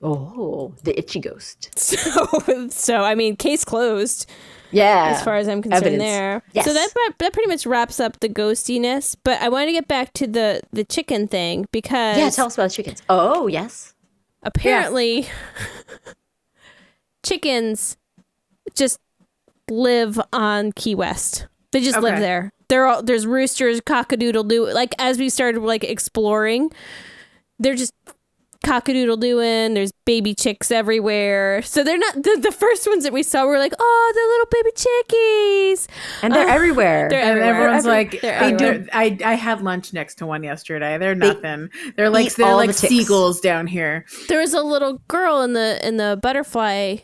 D: Oh, the itchy ghost.
B: So so I mean, case closed.
D: Yeah,
B: as far as I'm concerned
D: Evidence.
B: there.
D: Yes.
B: So that pre- that pretty much wraps up the ghostiness, but I want to get back to the the chicken thing because
D: yeah, tell us about chickens. Oh, yes.
B: apparently chickens just live on Key West. They just live
C: Okay.
B: there. They're all, there's roosters, cockadoodle doo. Like as we started like exploring, they're just cockadoodle dooing. There's baby chicks everywhere. So they're not the, the first ones that we saw were like, oh, the little baby chickies.
D: And they're everywhere.
B: Oh, They're
C: And
B: everywhere.
C: everyone's
B: Every-
C: like,
B: they're
C: they
B: everywhere.
C: do. I I had lunch next to one yesterday. They're nothing. They're like
D: eat
C: they're
D: all
C: like
D: the ticks.
C: seagulls down here.
B: there was a little girl in the in the butterfly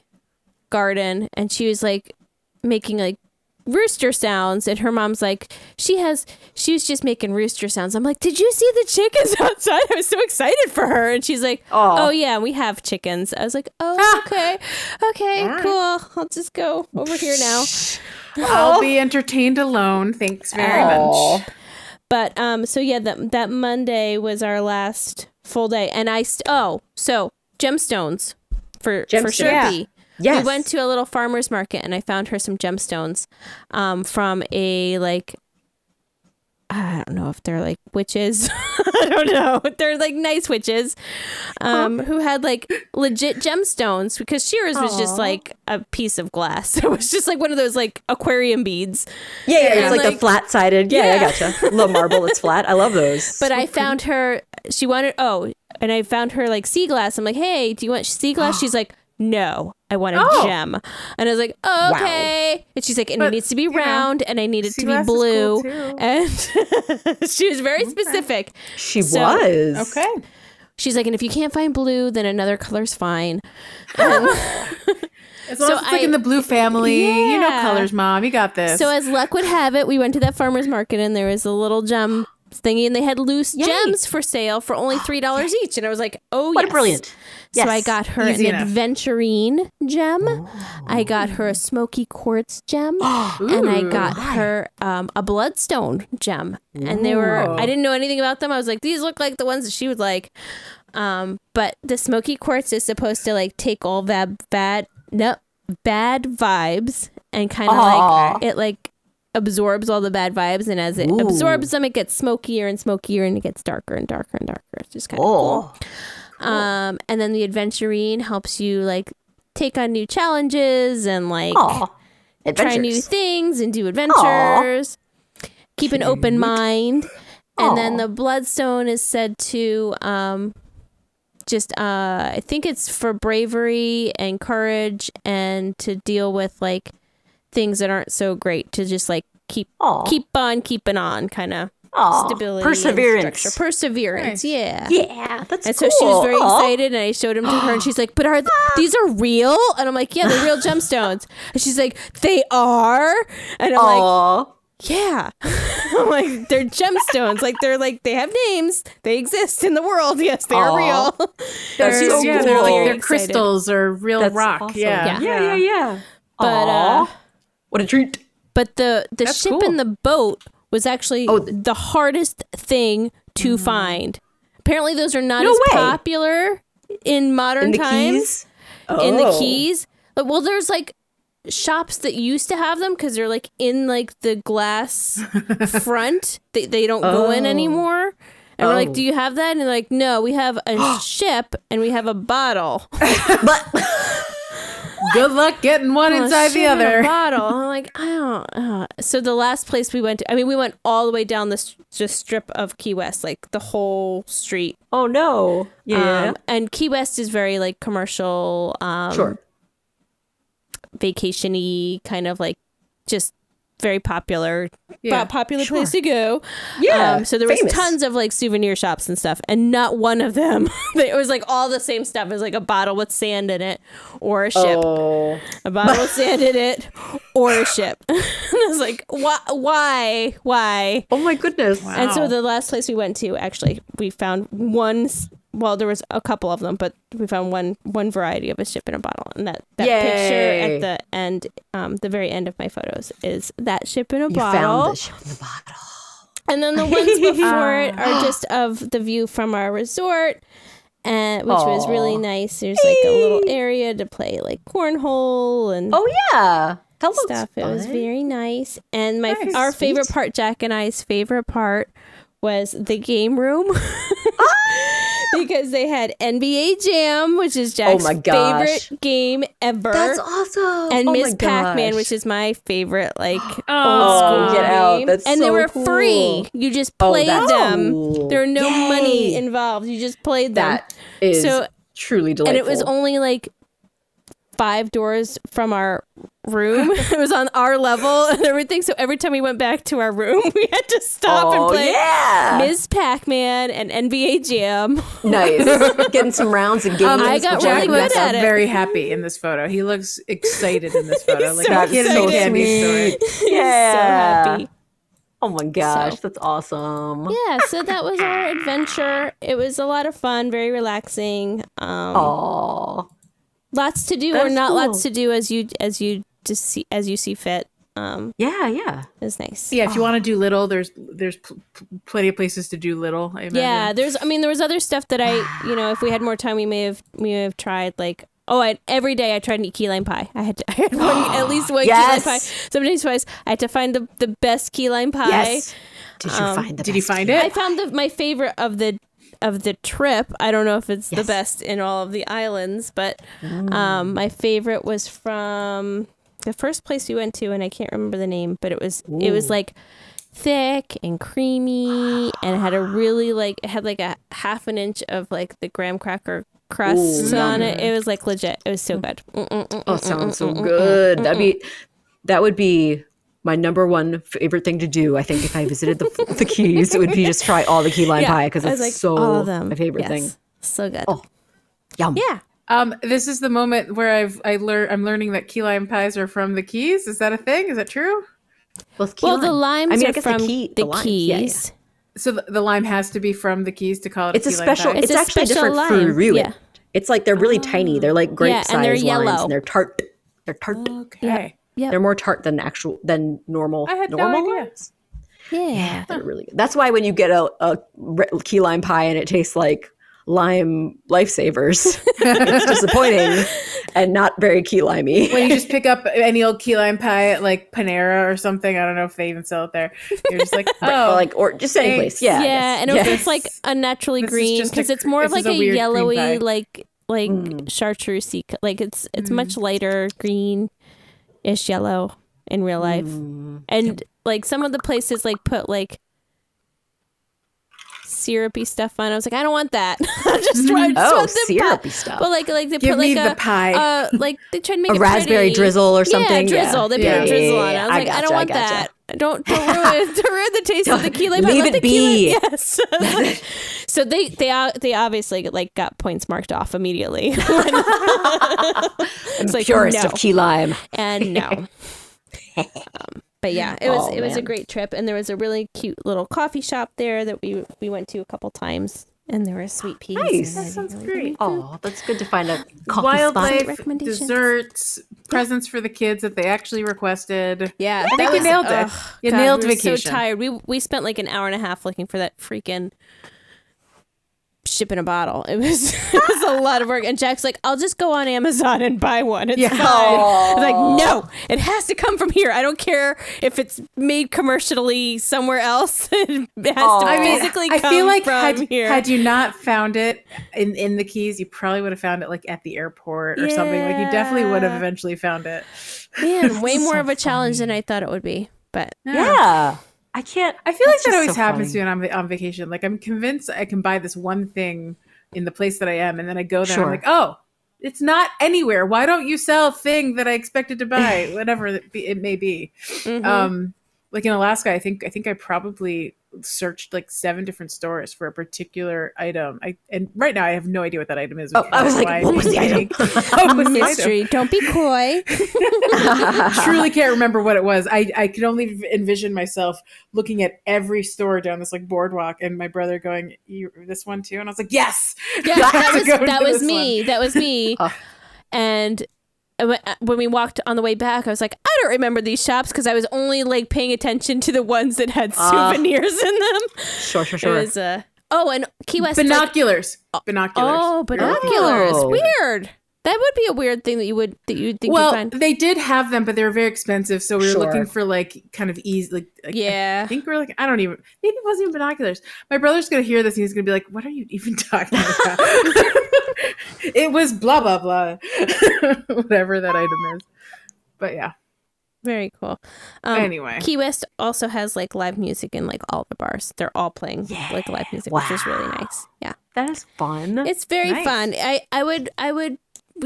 B: garden and she was like making like rooster sounds and her mom's like she has she was just making rooster sounds i'm like did you see the chickens outside i was so excited for her and she's like
D: Aw.
B: oh yeah we have chickens i was like oh okay okay cool i'll just go over here now
C: I'll be entertained alone. Thanks very much.
B: But um, so yeah, that that Monday was our last full day, and I st- oh, so gemstones for for
D: Gemstones.
B: Sharpie.
D: Yes.
B: We went to a little farmer's market and I found her some gemstones um, from a like I don't know if they're like witches. I don't know. They're like nice witches um, who had like legit gemstones because Shearer's was just like a piece of glass. It was just like one of those like aquarium beads.
D: Yeah, yeah,
B: And,
D: it's like,
B: like-
D: the flat sided. Yeah,
B: Yeah.
D: I gotcha. Little marble, it's flat. I love those.
B: But I found her. She wanted. Oh, and I found her like sea glass. I'm like, hey, do you want sea glass? She's like, no, I want a
C: Oh.
B: gem. And I was like, okay. And she's like, and it
C: But,
B: needs to be
C: you know,
B: round, and I need it
C: sea
B: to be
C: glass is cool,
B: blue.
C: too.
B: and she was very specific.
D: she
B: So-
D: was.
C: Okay.
B: She's like, and if you can't find blue, then another color's fine.
C: As long
B: So
C: as it's like
B: I-
C: in the blue family, you know
B: Yeah.
C: colors, mom. You got this.
B: So as luck would have it, we went to that farmer's market, and there was a little gem thingy, and they had loose gems for sale for only three dollars each. And I was like, oh,
D: What
B: yes.
D: a brilliant.
B: So I
D: Yes.
B: got her
C: Easy
B: an
C: enough.
B: adventurine gem. I got her a smoky quartz gem, and I got her um, a bloodstone gem. And they were I didn't know anything about them. I was like, these look like the ones that she would like. Um, but the smoky quartz is supposed to like take all that bad no bad vibes and kind of
D: Aw.
B: like it like absorbs all the bad vibes and as it absorbs them it gets smokier and smokier and it gets darker and darker and darker it's just kind of cool
D: Oh.
B: um, and then the adventurine helps you like take on new challenges and like
D: Aw.
B: try new
D: Adventures.
B: things and do adventures. Keep an open mind. And then the bloodstone is said to um, just uh, I think it's for bravery and courage and to deal with like things that aren't so great to just like keep
D: Aw.
B: keep on keeping on kind of
D: Aw.
B: stability and
D: Perseverance.
B: structure. perseverance
C: Nice.
B: yeah
D: yeah, that's
B: and
D: cool.
B: so she was very
D: Aw.
B: excited, and I showed him to her, and she's like, "But are th- these are real?" And I'm like, "Yeah, they're real gemstones." And she's like, "They are," and I'm like,
D: Aw.
B: "Yeah." I'm like, "They're gemstones. like they're like they have names. They exist in the world. Yes, they are
D: Aw.
B: real."
D: That's
C: They're-
D: so
C: yeah,
D: cool.
C: they're like
B: Very
C: they're
B: excited.
C: crystals or real
D: That's
C: rock.
D: awesome.
C: Yeah.
D: yeah, yeah, yeah.
B: But,
D: Aw.
B: uh,
D: what a treat.
B: But the the
C: That's
B: ship
C: cool.
B: and the boat was actually
D: Oh, th-
B: the hardest thing to find. Apparently, those are not
D: No
B: as
D: way.
B: popular in modern
D: In the
B: times.
D: keys.
B: in the
D: Oh.
B: keys. Like, Well, there's like shops that used to have them because they're like in like the glass front. They they don't go in
D: Oh.
B: anymore. And we're like,
D: Oh.
B: do you have that? And they're like, no, we have a ship and we have a bottle.
D: But
C: Good luck getting one
B: A
C: inside
B: ship
C: the
B: and a
C: other.
B: bottle. I'm like, I don't. Uh. So the last place we went, to, I mean, we went all the way down this just strip of Key West, like the whole street.
D: oh no. Yeah.
B: Um, and Key West is very like commercial. Um,
D: sure.
B: vacationy kind of like just very popular
C: Yeah,
B: po- popular place to go um, so there was
D: famous.
B: tons of like souvenir shops and stuff and not one of them it was like all the same stuff it was like a bottle with sand in it or a ship
D: Oh.
B: a bottle with sand in it or a ship and i was like why why why
D: Oh my goodness.
B: and so
C: Wow.
B: the last place we went to, actually, we found one. s- Well, there was a couple of them, but we found one one variety of a ship in a bottle, and that that
D: Yay.
B: picture at the end, um, the very end of my photos is that ship in a
D: You
B: bottle,
D: found the ship in the bottle.
B: and then the ones before it are just of the view from our resort. And, which was really
D: Aw.
B: nice. There's like a little area to play like cornhole and
D: Oh yeah. That looks
B: stuff. It was
D: fun.
B: very nice. And my
C: Nice.
B: our favorite
D: Sweet.
B: part, Jack and I's favorite part, was the game room.
D: Ah!
B: because they had NBA Jam, which is Jack's
D: Oh my gosh.
B: favorite game ever.
D: That's awesome.
B: and
D: oh
B: Miss
D: my
B: Pac-Man,
D: gosh.
B: which is my favorite, like old school
C: Oh,
D: get out.
B: game.
D: That's
B: and they
D: so
B: were
D: cool.
B: free. You just
D: Oh,
B: played
D: that's
B: them.
D: cool.
B: There were no money
D: Yay.
B: involved. You just played them.
D: that is
B: So-
D: truly delightful.
B: And it was only like five doors from our room. it was on our level and everything. So every time we went back to our room, we had to stop and
D: Oh
B: play
D: yeah.
B: Ms. Pac Man and NBA Jam.
D: nice. Getting some rounds and games.
B: Um, I got
D: which
B: really
C: Jack
D: think
B: good
C: looks
D: that's
B: at it.
C: very happy in this photo. He looks excited in this photo. like
B: so
C: a kid in a
B: excited.
C: candy store.
B: so
D: Yeah.
B: happy.
D: Oh my gosh, that's awesome.
B: Yeah, so that was our adventure. It was a lot of fun, very relaxing. Um,
D: Aw.
B: lots to do or
D: That's
B: not lots
D: cool.
B: to do as you as you just see as you see fit. um,
D: Yeah, yeah.
B: is nice.
C: Yeah, if you want to do little, there's there's pl- pl- plenty of places to do little. I
B: Yeah,
C: imagine.
B: there's. I mean, there was other stuff that I, you know, if we had more time, we may have we may have tried like. Oh, I, every day I tried to eat key lime pie. I had, to, I had one, at least one
D: Yes.
B: key lime pie. Sometimes twice. I had to find the, the best key lime pie.
D: Yes. Did
B: um,
D: you find the
C: Did you
D: best
C: find
D: key?
B: I
C: it?
B: found the, my favorite of the of the trip. I don't know if it's the
D: Yes.
B: best in all of the islands, but um, my favorite was from the first place we went to, and I can't remember the name, but it was it was like thick and creamy, and it had a really like it had like a half an inch of like the graham cracker crust on it. It was like legit. It was so good. Mm-mm-mm.
D: Oh, it sounds so good. That'd be that would be my number one favorite thing to do. I think if I visited the, the Keys, it would be just try all the key lime pie because
B: I
D: it's
B: was like
D: so
B: all of them.
D: my favorite
B: Yes.
D: thing. Oh,
B: So good.
D: Yum.
B: Yeah.
C: Um, this is the moment where I've I learn I'm learning that key lime pies are from the Keys. Is that a thing? Is that true?
D: Well, it's key
B: Well, the
D: lime.
B: limes
D: I mean, I
B: are
D: guess
B: from
D: the, key,
B: the,
D: limes.
B: keys.
D: Yeah, yeah.
C: So the, the lime has to be from the Keys to call it.
D: It's
C: a,
D: a
C: key lime
D: special.
C: pie?
D: It's,
B: It's a
D: actually
B: special
D: different for
B: lime,
D: Ruin.
B: yeah.
D: It's like they're really tiny. They're like grape
B: and they're
D: size limes,
B: yellow. Oh,
D: and they're tart. They're tart.
C: okay.
B: Yep.
D: They're more tart than actual than normal.
C: I had no
D: normal
C: idea.
D: limes.
B: Yeah.
D: They're really good. That's why when you get a, a re- key lime pie and it tastes like lime lifesavers, it's disappointing and not very key limey.
C: When you just pick up any old key lime pie at like Panera or something, I don't know if they even sell it there. You're just like, oh,
D: Or like or just any place.
C: thanks.
D: Yeah.
B: yeah,
D: yes,
B: and it was
D: yes.
B: it's like unnaturally
C: This is
B: green
C: just a
B: because it's
C: cr-
B: more of
C: this is
B: like
C: a
B: a,
C: weird green dye.
B: yellowy like like
D: Mm.
B: chartreusey co- like it's
C: Mm.
B: it's much lighter green ish yellow in
D: Mm.
B: real life and like some of the places like put like syrupy stuff on i was like i don't want that I just want, just
D: Oh,
B: want the pie.
D: syrupy stuff.
B: but like like they
C: Give
B: put
C: me
B: like
C: the
B: a
C: pie.
B: uh like they tried to make
D: a
B: it
D: raspberry
B: pretty.
D: drizzle or
B: yeah
D: something.
B: drizzle they put
C: Yeah,
B: a
C: yeah,
B: drizzle
D: yeah,
B: on it i
D: yeah.
B: was
D: I
B: like i
D: gotcha,
B: don't
D: I
B: want
D: gotcha.
B: that don't don't ruin, don't ruin the taste of the key lime pie.
D: Leave
B: Let
D: it
B: the key lime-
D: be.
B: yes so they they o- they obviously like got points marked off immediately it's like oh,
D: Purest
B: no
D: of key lime.
B: and no um, but yeah it was
D: Oh,
B: it was a
D: man.
B: great trip and there was a really cute little coffee shop there that we we went to a couple times and there were sweet peas
D: Nice.
B: and I
D: That
B: didn't
C: sounds
B: really
C: great.
D: Oh, that's good to find a coffee spot.
C: Wildlife,
B: Recommendations.
C: desserts, presents for the kids that they actually requested.
B: Yeah,
C: I think you nailed it. You nailed
B: we were So
C: vacation.
B: tired. We we spent like an hour and a half looking for that freaking ship in a bottle. It was it was a lot of work. And Jack's like, I'll just go on Amazon and buy one. It's fine. I was like, no, it has to come from here. I don't care if it's made commercially somewhere else. it has to
D: Aw. I mean,
B: physically
C: I
B: come
C: feel like
B: from
C: had,
B: here.
C: had you not found it in, in the keys, you probably would have found it like at the airport or something. Like you definitely would have
B: Yeah.
C: eventually found it.
B: Man, way more of a challenge than I thought it would be. But
C: Um,
D: Yeah. I can't.
C: I feel like
D: that's
C: that
D: just
C: always
D: so
C: happens
D: funny.
C: to me when I'm on vacation. Like I'm convinced I can buy this one thing in the place that I am, and then I go there and
D: Sure.
C: I'm like, oh, it's not anywhere. Why don't you sell thing that I expected to buy, whatever it, be, it may be?
D: Mm-hmm.
B: mm-hmm.
C: Um, like in Alaska, I think I think I probably searched like seven different stores for a particular item. I and right now I have no idea what that item is.
D: Oh, I was like,
C: Why-
D: what was the item?
C: What was the item?
B: mystery. Don't be coy.
D: Uh-huh.
C: truly can't remember what it was. I, I could only envision myself looking at every store down this like boardwalk and my brother going, you, this one too? And I was like, yes.
B: Yeah,
C: I
B: that
C: have to
B: was,
C: go to
B: that was
C: this Ah.
B: me. That was me. And I went- uh, when we walked on the way back, I was like, I don't remember these shops because I was only like paying attention to the ones that had
C: Ah.
B: souvenirs in them.
D: Sure, sure,
B: It
D: sure.
B: was uh, oh, and Key West. like-
C: Binoculars. binoculars.
B: oh, binoculars.
D: Oh.
B: Weird. That would be a weird thing that you would that you'd think
C: well,
B: you'd find.
C: they did have them, but they were very expensive. So we were
D: Sure.
C: looking for like kind of easy, like, like, I
B: yeah.
C: think we we're like, I don't even, maybe it wasn't even binoculars. My brother's going to hear this and he's going to be like, what are you even talking about? it was blah, blah, blah. Whatever that item is. But yeah.
B: Very cool. Um,
C: Anyway.
B: Key West also has like live music in like all the bars. They're all playing like live music, which is really nice. Yeah.
D: that is fun.
B: It's very
C: Nice.
B: fun. I I would I would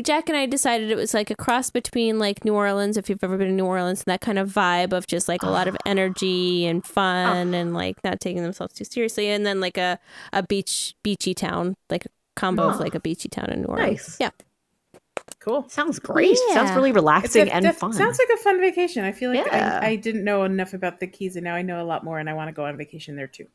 B: Jack and I decided it was like a cross between like New Orleans, if you've ever been to New Orleans, and that kind of vibe of just like a lot of
D: Ah.
B: energy and fun and like not taking themselves too seriously, and then like a a beach beachy town, like a combo of like a beachy town in New Orleans.
D: Ah. Nice.
B: Yeah,
C: Cool.
D: sounds great. Sounds
B: Yeah.
D: really
C: It's a-
D: relaxing and
C: def-
D: fun.
C: Sounds like a fun vacation. I feel like
D: Yeah.
C: I, I didn't know enough about the Keys, and now I know a lot more, and I want to go on vacation there too.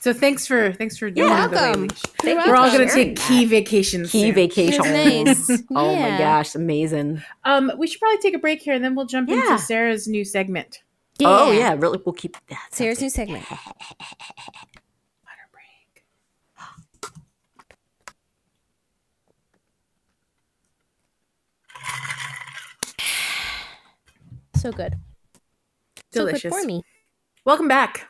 C: So thanks for thanks for
B: You're
C: doing the
B: welcome.
C: leash.
B: You're
C: We're all
B: welcome.
C: gonna take key vacations.
D: Key
C: soon.
B: It's
D: vacation.
B: nice.
D: Oh
B: Yeah.
D: my gosh, amazing.
C: Um, we should probably take a break here, and then we'll jump
D: Yeah.
C: into Sarah's new segment.
D: Oh yeah, really we'll keep that.
B: So here's new segment.
C: Water break.
B: So good. So
C: Delicious.
B: good for me.
C: Welcome back.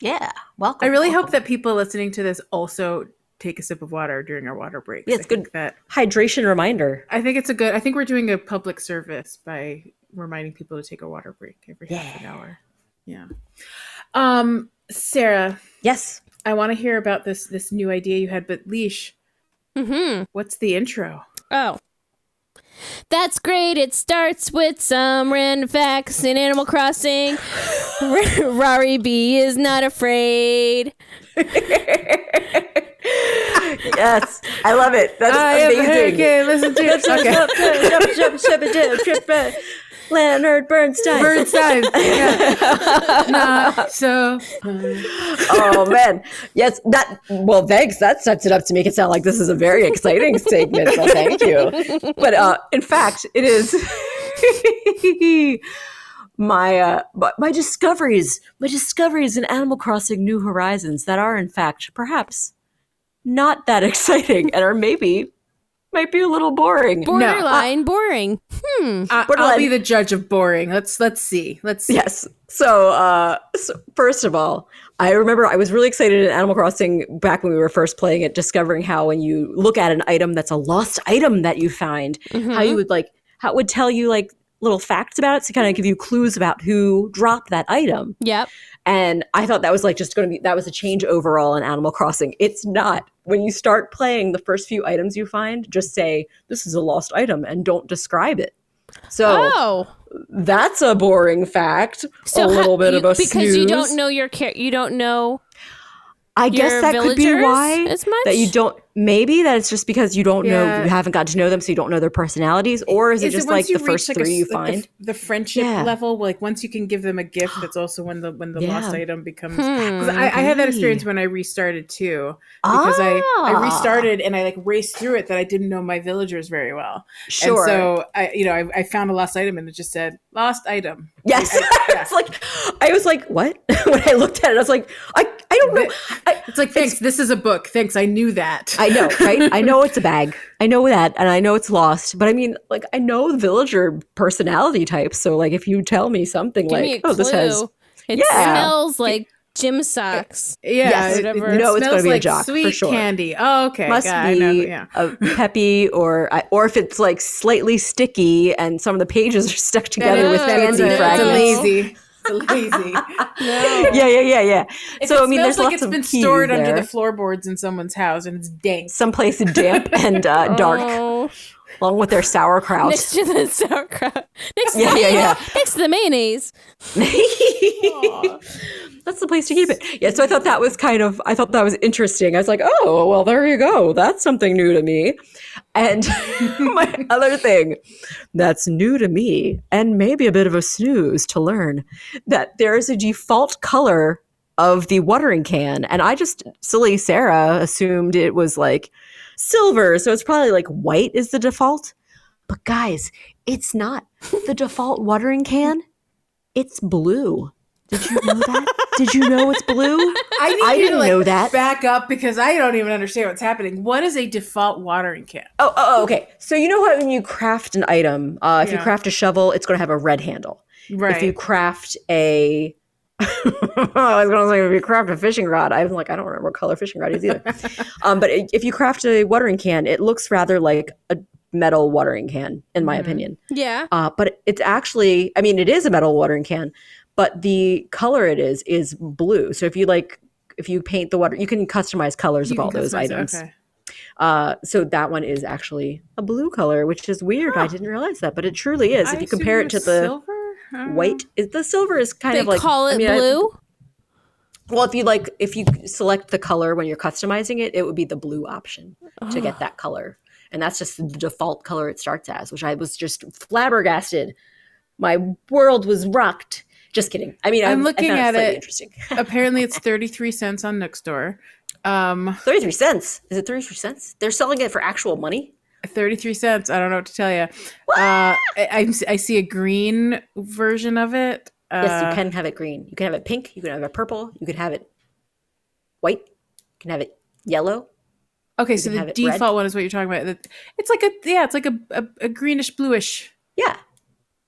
D: Yeah. Welcome.
C: I really hope
D: welcome.
C: that people listening to this also take a sip of water during our water breaks.
D: Yeah, it's
C: I think
D: good.
C: That
D: hydration reminder.
C: I think it's a good. I think we're doing a public service by reminding people to take a water break every half an hour. Yeah. Um, Sarah,
D: Yes.
C: I want to hear about this this new idea you had. But leash,
B: Mm-hmm.
C: what's the intro?
B: Oh. That's great. It starts with some random facts in Animal Crossing. Rari B is not afraid.
D: Yes. I love it. That's amazing.
C: okay. Listen to it. Okay.
D: Leonard Bernstein.
C: Bernstein. Yeah. Nah, so uh,
D: oh man. Yes, that well, thanks. That sets it up to make it sound like this is a very exciting segment. So thank you. But uh in fact, it is my uh my- my discoveries, my discoveries in Animal Crossing New Horizons that are in fact perhaps not that exciting and are maybe might be a little boring.
B: Borderline boring. Hmm.
C: I, I'll
D: Borderline.
C: be the judge of boring. Let's let's see. Let's see.
D: Yes. So, uh, so first of all, I remember I was really excited in Animal Crossing back when we were first playing it, discovering how when you look at an item that's a lost item that you find,
B: Mm-hmm.
D: how you would like how it would tell you like little facts about it to kind of give you clues about who dropped that item.
B: Yep.
D: And I thought that was like just going to be that was a change overall in Animal Crossing. It's not. When you start playing, the first few items you find just say this is a lost item and don't describe it. So
B: Oh.
D: that's a boring fact. a
B: ho-
D: little bit
B: you-
D: of a
B: because you don't know your care. You don't know
D: I
B: your
D: guess that could
B: villagers
D: be why
B: as much
D: that you don't. Maybe that it's just because you don't
C: Yeah.
D: know you haven't got to know them, so you don't know their personalities, or is it just like
C: once
D: the
C: you
D: first
C: reach, like,
D: three
C: a
D: you
C: s- like,
D: find?
C: the, f- the friendship
D: Yeah.
C: level like once you can give them a gift that's also when the when the lost
D: Yeah.
C: item becomes 'cause
B: Hmm.
C: I, I had that
D: Agree.
C: experience when i restarted too because i i
D: Ah.
C: restarted and i like raced through it that i didn't know my villagers very well
D: Sure.
C: and so i you know I, I found a lost item and it just said lost item
D: yes.
C: I-
D: it's like I was like, what? when I looked at it, I was like, I, I don't know. I,
C: it's like thanks this is a book thanks i knew that
D: I know, right? I know it's a bag. I know that, and I know it's lost. But I mean, like, I know the villager personality types. So, like, if you tell me something
B: give
D: like,
B: me a
D: "Oh,
B: clue.
D: this has,"
B: it
D: Yeah.
B: smells like gym socks.
C: yeah
D: Yes,
C: it, it,
B: whatever.
C: it
D: No, it's gonna
C: smells
D: be a
C: like
D: jock, for
C: sweet
D: sure.
C: candy oh okay
D: must
C: yeah, I
D: be
C: know, yeah
D: a peppy or or if it's like slightly sticky and some of the pages are stuck together with
B: is- that is
D: candy
B: a-
C: It's a
D: fragments.
C: lazy. It's a lazy.
D: Yeah, yeah, yeah, yeah.
C: If
D: so
C: it
D: I mean,
C: smells
D: there's
C: like
D: lots
C: it's
D: of
C: been
D: keys
C: stored
D: there.
C: under the floorboards in someone's house and it's dank.
D: Someplace damp and uh, dark,
B: Oh.
D: along with their sauerkraut.
B: Next to the sauerkraut. Next to
D: Yeah,
B: the
D: yeah,
B: mayo-
D: yeah.
B: Next to the mayonnaise.
D: That's the place to keep it. Yeah, so I thought that was kind of I thought that was interesting. I was like, "Oh, well there you go. That's something new to me." And my other thing that's new to me and maybe a bit of a snooze to learn that there is a default color of the watering can and I just silly Sarah assumed it was like silver, so it's probably like white is the default. But guys, it's not. The default watering can it's blue. Did you know that? Did you know it's blue?
C: I, need
D: I
C: you
D: didn't
C: to, like,
D: know that.
C: Back up because I don't even understand what's happening. What is a default watering can?
D: Oh, oh, okay. So you know what? When you craft an item, uh, if you
C: Yeah.
D: craft a shovel, it's going to have a red handle. If you craft a, I was going to say if you craft a fishing rod, I'm like I don't remember what color fishing rod is either. um, but i- if you craft a watering can, it looks rather like a metal watering can, in my
C: Mhm.
D: opinion.
B: Yeah.
D: Uh, but it's actually, I mean, it is a metal watering can, but the color it is is blue. So if you like, if you paint the water, you can customize colors
C: You
D: of all
C: can
D: those
C: customize it.
D: items.
C: Okay.
D: Uh, so that one is actually a blue color, which is weird. I didn't realize that, but it truly is.
C: I
D: if you compare
C: assume
D: it to
C: was
D: the
C: silver? I don't know.
D: white, is the silver is kind
B: They
D: of like
B: call
D: I
B: it
D: mean, I-
B: blue.
D: well, if you like, if you select the color when you're customizing it, it would be the blue option to
C: Ah.
D: get that color, and that's just the default color it starts as, which I was just flabbergasted. My world was rocked Just kidding. I mean,
C: I'm
D: I'm, I
C: looking
D: found
C: at
D: slightly
C: it.
D: Interesting.
C: Apparently, it's 33 cents on Nextdoor. Um,
D: Thirty-three cents. Is it thirty-three cents? They're selling it for actual money.
C: 33 cents. I don't know what to tell you. Uh, I, I'm- I see a green version of it. Uh,
D: yes, you can have it green. You can have it pink. You can have it purple. You can have it white. You can have it yellow.
C: Okay, so
D: can have
C: the
D: it red.
C: default one is what you're talking about. That- It's like a yeah, it's like a, a, a greenish bluish.
D: Yeah.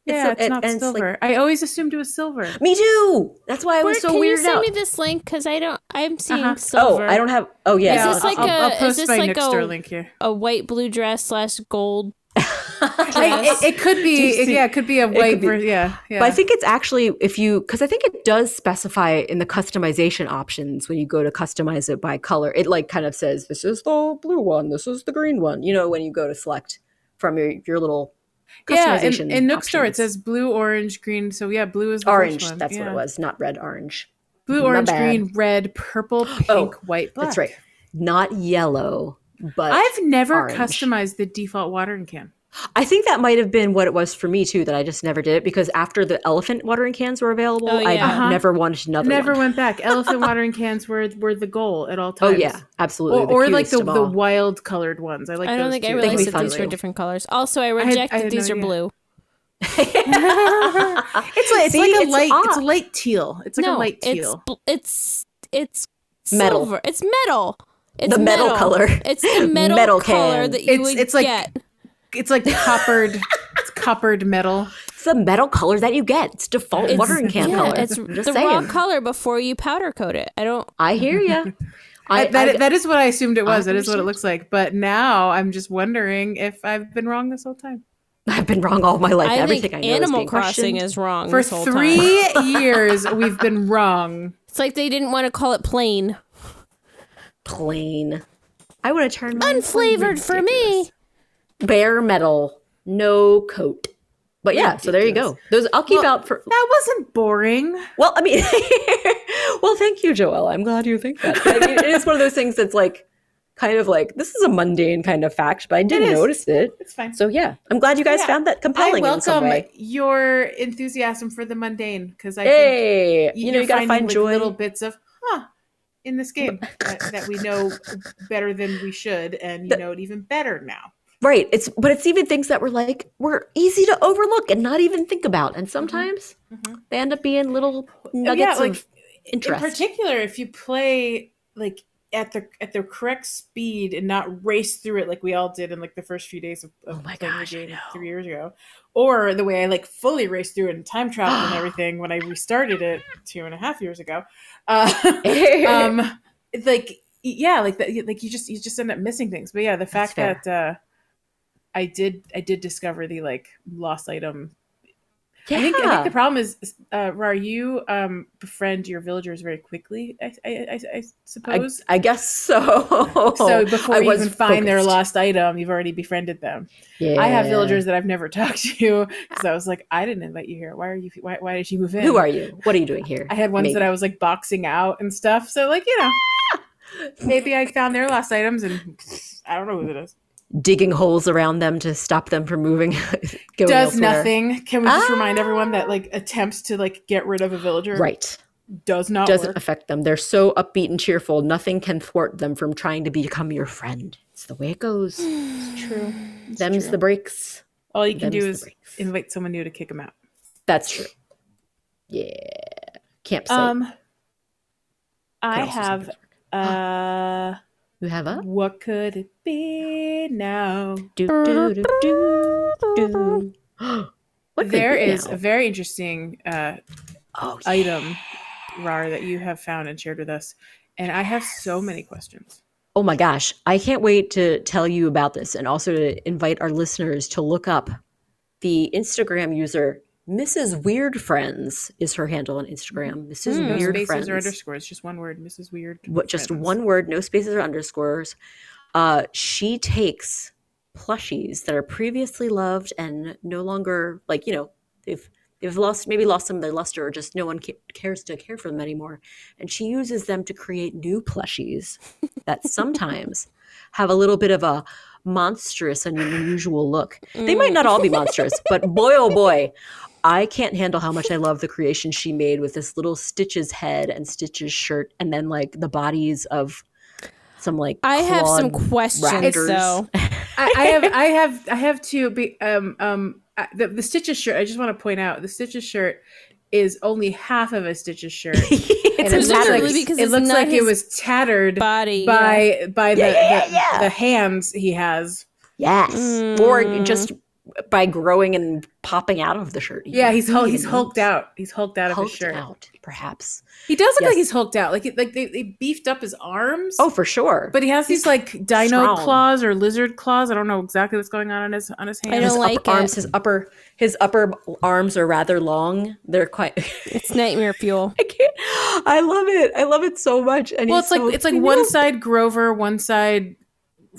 C: Yeah, it's,
D: it-
C: not
D: and like-
C: silver. I always assumed it was silver.
D: me too. That's why I
B: Bert,
D: was so
B: can you
D: weirded
B: send
D: out.
B: me this link? Because I don't. I'm seeing
C: Uh-huh.
D: oh,
B: silver.
D: I don't have. Oh yeah.
B: Is this like
C: I'll,
B: a-
C: I'll
B: is
C: post
B: this
C: my
B: like
C: Nextdoor
B: a-
C: link here.
B: a white blue dress slash gold.
C: I,
B: Yes.
C: it, it could be it- yeah, it could be a
D: could
C: white
D: be.
C: ver- yeah yeah.
D: But I think it's actually if you because I think it does specify in the customization options when you go to customize it by color, it like kind of says this is the blue one, this is the green one. You know when you go to select from your your little
C: yeah,
D: customization
C: in, in Nook Store it
D: options.
C: says blue, orange, green. So yeah, blue is the first
D: orange.
C: one.
D: That's what
C: yeah.
D: it was, not red orange.
C: Blue,
D: My
C: orange,
D: bad.
C: green, red, purple, pink,
D: Oh,
C: white, black.
D: That's right, not yellow. But
C: I've never
D: orange.
C: customized the default watering can.
D: I think that might have been what it was for me too. That I just never did it because after the elephant watering cans were available,
B: Oh,
D: I
B: yeah.
C: Uh-huh.
D: never wanted another.
C: Never
D: One.
C: went back. Elephant watering cans were were the goal at all
D: Oh
C: times.
D: yeah, absolutely.
C: or, or like
D: cutest
C: the,
D: of
C: the
D: all.
C: wild colored ones. I like.
B: I don't
C: those
B: think
C: too.
D: They
B: I
D: can be
B: realized that
D: fun
B: these
D: too.
B: were different colors. Also, I
C: had-
B: reject
C: I
B: that
C: had
B: these
C: no
B: are
C: idea.
B: blue.
C: it's like, it's
D: See,
C: like a
D: it's
C: light. It's
D: odd.
C: light teal. It's like
B: no,
C: a light
B: it's
C: teal.
B: bl- it's it's
D: Metal.
B: silver. It's metal. It's
D: The metal color.
B: It's the metal,
D: Metal
B: color
D: can.
B: that you
C: It's-
B: would
C: it's like-
B: get.
C: It's, like coppered. it's coppered metal.
D: It's the metal color that you get. It's default
B: It's-
D: watering can
B: yeah,
D: color.
B: it's
D: I'm just
B: the raw
D: saying.
B: color before you powder coat it. I don't.
D: I hear you. I,
C: I, that
D: I-
C: that is what I assumed it was.
D: I
C: That is what it
D: understand.
C: looks like. But now I'm just wondering if I've been wrong this whole time.
D: I've been wrong all my life.
B: I
D: Everything
B: think
D: I know is
B: Animal
D: being
B: Crossing
D: questioned.
B: is wrong
C: For
B: this whole time.
C: three years, we've been wrong.
B: It's like they didn't want to call it plain.
D: plain. I want to turn mine
B: Unflavored for me.
D: bare metal, no coat. But yeah, so there you go. Those I'll keep out for.
C: That wasn't boring.
D: Well, I mean, well, thank you, Joelle. I'm glad you think that. But I mean, it is one of those things that's like, kind of like this is a mundane kind of fact, but I did
C: It is.
D: notice it.
C: It's fine.
D: So yeah, I'm glad you guys
C: Yeah.
D: found that
C: I
D: compelling in some
C: welcome
D: way.
C: your enthusiasm for the mundane because I think
D: Hey, you know
C: you're
D: you gotta
C: finding,
D: find
C: like,
D: joy.
C: little bits of huh in this game that, that we know better than we should and you know it even better now
D: Right. It's but it's even things that were like were easy to overlook and not even think about.
C: Mm-hmm.
D: And sometimes
C: Mhm.
D: they end up being little nuggets
C: like,
D: of interest.
C: in particular if you play like at the at the correct speed and not race through it like we all did in like the first few days of, of
D: Oh my
C: playing
D: gosh, I
C: the game
D: know.
C: three years ago or the way i like fully raced through it and time traveled and everything when i restarted it two and a half years ago uh, um like yeah like that like you just you just end up missing things but yeah the fact
D: fair.
C: that uh i did i did discover the like lost item
D: yeah.
C: i think i think the problem is uh rar you um befriend your villagers very quickly i i i, I
D: I,
C: suppose
D: I guess so.
C: so before
D: I
C: you
D: was
C: even find their
D: focused.
C: lost item you've already befriended them
D: Yeah.
C: i have villagers that i've never talked to because i was like i didn't invite you here why are you why, why did you move in
D: Who are you? What are you doing here?
C: I had ones that I was like boxing out and stuff. So like you know, maybe I found their lost items and I don't know who it is.
D: digging holes around them to stop them from moving. going
C: Does
D: elsewhere.
C: nothing. Can we just
D: Ah!
C: remind everyone that like attempts to like get rid of a villager
D: Right.
C: does not
D: Doesn't
C: work.
D: affect them. They're so upbeat and cheerful. Nothing can thwart them from trying to become your friend. It's the way it goes.
C: Mm, True.
D: Them's the breaks.
C: All you can do
D: Them's
C: is
D: the breaks.
C: invite someone new to kick them out.
D: That's true. Yeah. Campsite.
C: Um,
D: Could
C: I
D: also
C: have
D: sometimes
C: uh,
D: You have a
C: what could it be now?
D: do do do do do. What could
C: There
D: it be
C: is
D: now?
C: a very interesting uh
D: oh, yeah.
C: item, Rar, that you have found and shared with us. And I have so many questions.
D: Oh my gosh! I can't wait to tell you about this, and also to invite our listeners to look up the Instagram user Mrs. Weird Friends is her handle on Instagram. Mrs.
B: Mm.
C: No
D: Hmm. Weird
C: Hmm, spaces
D: Friends.
C: or underscores, just one word. Mrs. Weird.
D: what just
C: Friends.
D: one word, no spaces or underscores. Uh, she takes plushies that are previously loved and no longer like you know they've they've lost maybe lost some of their luster or just no one ca- cares to care for them anymore, and she uses them to create new plushies that sometimes have a little bit of a monstrous and an unusual look.
B: Mm.
D: They might not all be monstrous, but boy, oh boy, I can't handle how much I love the creation she made with this little Stitch's head and Stitch's shirt, and then like the bodies of some like
B: I have some
D: clawed
B: questions
D: raptors.
B: though.
C: I, I have, I have, I have two. Be, um, um, I- the, the Stitches shirt. I just want to point out the Stitches shirt is only half of a Stitches shirt. And
D: it's
C: it looks like-
B: Presumably because
C: it
B: it's
C: looks
B: not
C: like it
B: his
C: was tattered
B: Body yeah.
C: by by the,
D: Yeah, yeah,
C: the,
D: yeah.
C: the hands he has.
D: Yes.
B: Mm.
D: Or just by growing and popping out of the shirt.
C: Yeah, he's hul- he's
D: Even
C: hulked out. He's hulked out of
D: Hulked
C: his shirt.
D: out, perhaps.
C: He does look
D: Yes.
C: like he's hulked out. Like it- like they, they beefed up his arms.
D: Oh, for sure.
C: But he has these like dino
D: strong.
C: claws or lizard claws. I don't know exactly what's going on on his on his
B: I
C: hands.
B: don't
D: his
B: like it.
D: upper arms, his upper his upper arms are rather long. They're quite.
B: It's nightmare fuel.
D: I can't. I love it. I love it so much. And
C: Well,
D: he's
C: it's like
D: so
C: it's like
D: cute.
C: one side Grover, one side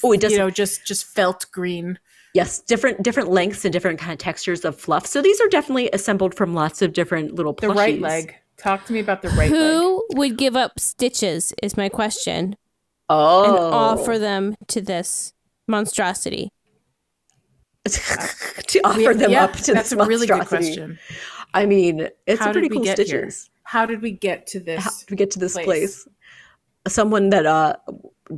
D: Oh, it doesn't.
C: you know just just felt green.
D: yes, different different lengths and different kind of textures of fluff. So these are definitely assembled from lots of different little.
C: The right
D: plushies.
C: leg. Talk to me about the right leg.
B: Who would give up stitches is my question
D: Oh,
B: and offer them to this monstrosity.
D: to offer them
C: Yeah,
D: up to
C: that's
D: this
C: a really good
D: monstrosity.
C: question.
D: I mean, it's
C: How
D: a
C: did
D: pretty
C: we
D: cool
C: get here?
D: stitches.
C: How did we get to
D: how
C: this?
D: did we get to this
C: place.
D: place? Someone that uh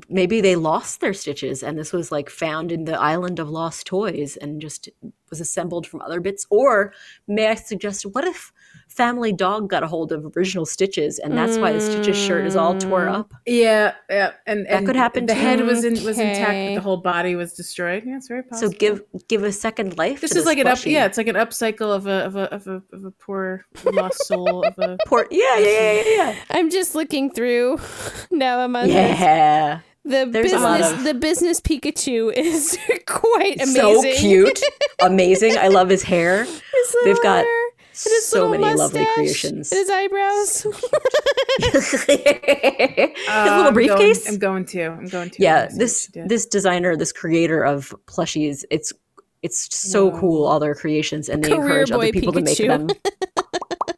D: maybe they lost their stitches and this was like found in the island of lost toys and just was assembled from other bits. Or may I suggest what if Family Dog got a hold of original stitches and that's why the stitches shirt is all tore
C: Mm.
D: up?
C: Yeah, yeah, and, and
D: could happen
C: The
D: too.
C: head was in was intact,
B: Okay.
C: but the whole body was destroyed. Yeah, it's very possible.
D: So give give a second life.
C: this
D: to
C: is like an up.
D: plushie.
C: Yeah, it's like an upcycle of a of a of a, of a poor lost soul of a. Um,
D: Port, yeah, yeah, yeah, yeah,
B: I'm just looking through. now I'm
D: yeah.
B: on this.
D: Yeah,
B: The
D: There's a lot
B: business,
D: of-
B: the business Pikachu is quite amazing.
D: so cute, amazing. I love his hair.
B: His little
D: They've got
B: hair and his
D: so
B: little
D: many lovely
B: mustache
D: creations.
B: And his eyebrows.
D: his
C: Uh,
D: little
C: I'm going-
D: briefcase.
C: I'm going to. I'm going to.
D: yeah
C: I'm gonna see what
D: this
C: she did.
D: this designer this creator of plushies it's it's so
C: Wow.
D: cool all their creations and they
B: Career
D: encourage
B: boy
D: other people to
B: Pikachu.
D: make them
B: That's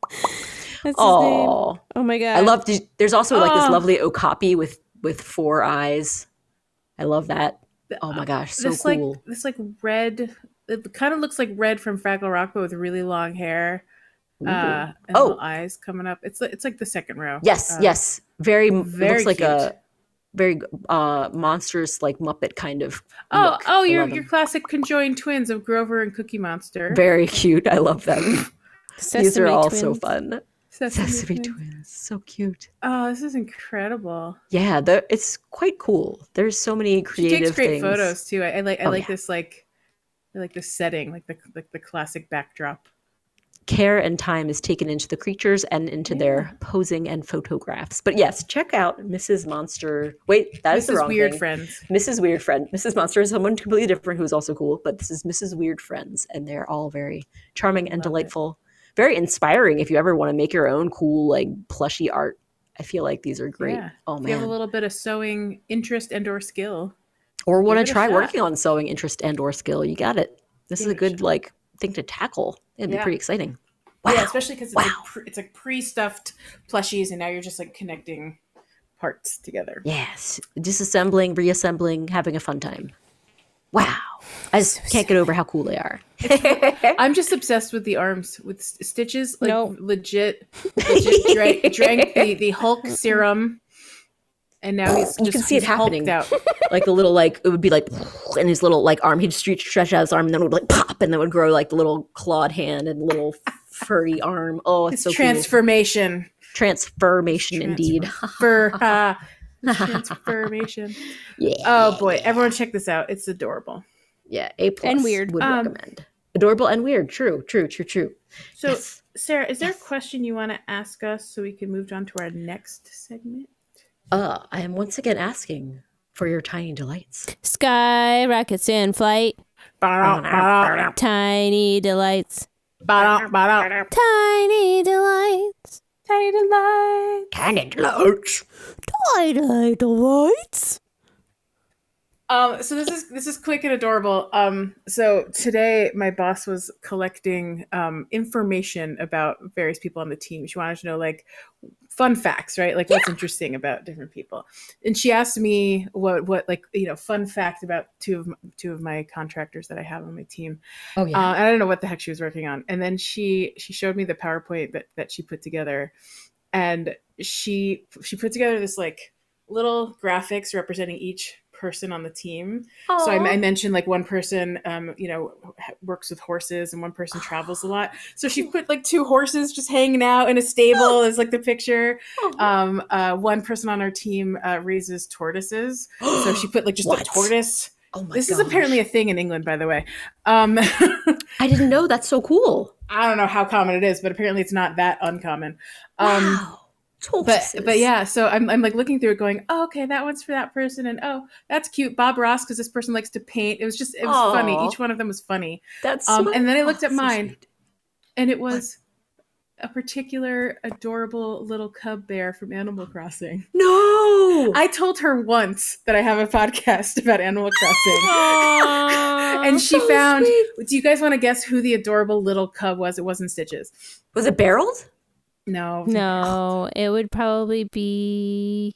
B: his name.
D: oh
B: Oh my god.
D: i love the, there's also like this
C: Oh.
D: lovely okapi with with four eyes i love that oh my gosh so
C: uh, this
D: cool
C: like this like red. It kind of looks like red from Fraggle Rock, but with really long hair uh, and
D: Oh.
C: little eyes coming up. It's like- it's like the second row.
D: yes
C: Uh,
D: yes very,
C: very
D: looks like
C: cute.
D: a very uh monstrous like muppet kind of
C: Oh,
D: look.
C: oh,
D: I
C: your
D: love
C: your
D: them.
C: classic conjoined twins of Grover and Cookie Monster.
D: very cute i love them these are
B: Sesame
D: all so
B: Twins.
D: fun
C: Sesame
D: sesame
C: Twins.
D: twins so cute
C: Oh, this is incredible.
D: Yeah, the, it's quite cool. There's so many creative
C: she takes great
D: things.
C: photos too. I, I like I
D: Oh,
C: like
D: yeah.
C: this like I like the setting, like the like the classic backdrop.
D: Care and time is taken into the creatures and into their posing and photographs. But yes, check out Mrs. Monster. Wait, that is
C: this
D: the
C: is
D: wrong
C: weird
D: thing.
C: friends.
D: Mrs. Weird Friend. Mrs. Monster is someone completely different who is also cool, but this is Mrs. Weird Friends, and they're all very charming and
C: Love it.
D: delightful. Very inspiring if you ever want to make your own cool, like plushy art. I feel like these are great.
C: Yeah.
D: Oh
C: If you have a
D: man.
C: little bit of sewing interest and or skill.
D: or want
C: it a
D: to try
C: shot.
D: working on sewing interest and or skill. You got it. This
C: Give
D: is
C: it
D: a
C: a
D: good like thing to tackle. It'd
C: Yeah.
D: be pretty exciting. Wow.
C: Yeah, especially because it's,
D: Wow.
C: like pre- it's like pre-stuffed plushies, and now you're just like connecting parts together.
D: Yes, disassembling, reassembling, having a fun time. Wow. I just can't get over how cool they are.
C: I'm just obsessed with the arms with st- stitches. Like
B: No.
C: legit, legit drank, drank the the Hulk serum, and now he's just
D: You can see it
C: he's hulked
D: happening.
C: out.
D: Like the little like it would be like and his little like arm he'd stretch stretch out his arm and then it would like pop and then would grow like the little clawed hand and little furry arm. Oh, it's
C: It's
D: so cool.
C: transformation.
D: Transformation indeed.
C: Transfer, uh, transformation.
D: Yeah.
C: Oh boy, everyone check this out. It's adorable.
D: yeah, A plus
B: And weird.
D: would
C: Um,
D: recommend. Adorable and weird. True, true, true, true.
C: So,
D: Yes.
C: Sarah, is there a question you want to ask us so we can move on to our next segment?
D: Uh, I am once again asking for your tiny delights.
B: Sky rockets in flight. Tiny delights. Tiny delights.
C: Tiny delight.
D: Tiny delights.
B: Tiny delights.
C: Um, so this is this is quick and adorable. Um, so today my boss was collecting um, information about various people on the team. She wanted to know like fun facts, right? Like what's interesting about different people. And she asked me what what like you know fun fact about two of m- two of my contractors that I have on my team.
E: Oh yeah.
C: Uh, and I don't know what the heck she was working on. And then she she showed me the PowerPoint that that she put together, and she she put together this like little graphics representing each person on the team. So I, I mentioned like one person, um, you know, h- works with horses, and one person travels a lot. So she put like two horses just hanging out in a stable is like the picture. Um, uh, one person on our team uh, raises tortoises, so she put like just a
D: What?
C: tortoise.
D: Oh my
C: Uh, This is apparently a thing in England, by the way. Um,
D: I didn't know. That's so cool.
C: I don't know how common it is, but apparently it's not that uncommon. Um,
D: wow.
C: but
D: Tortoises.
C: but yeah, so I'm I'm like looking through it, going, oh, okay, that one's for that person, and oh, that's cute, Bob Ross, because this person likes to paint. It was just it was
D: Aw.
C: funny. Each one of them was funny,
D: That's
C: um,
D: sweet.
C: and then I looked at
D: Oh, so
C: mine.
D: sweet.
C: and it was a particular adorable little cub bear from Animal Crossing.
D: No.
C: I told her once that I have a podcast about Animal Crossing. And she
D: so
C: found.
D: sweet.
C: Do you guys want to guess who the adorable little cub was? It wasn't Stitches.
D: was it barreled?
C: No,
B: no, it would probably be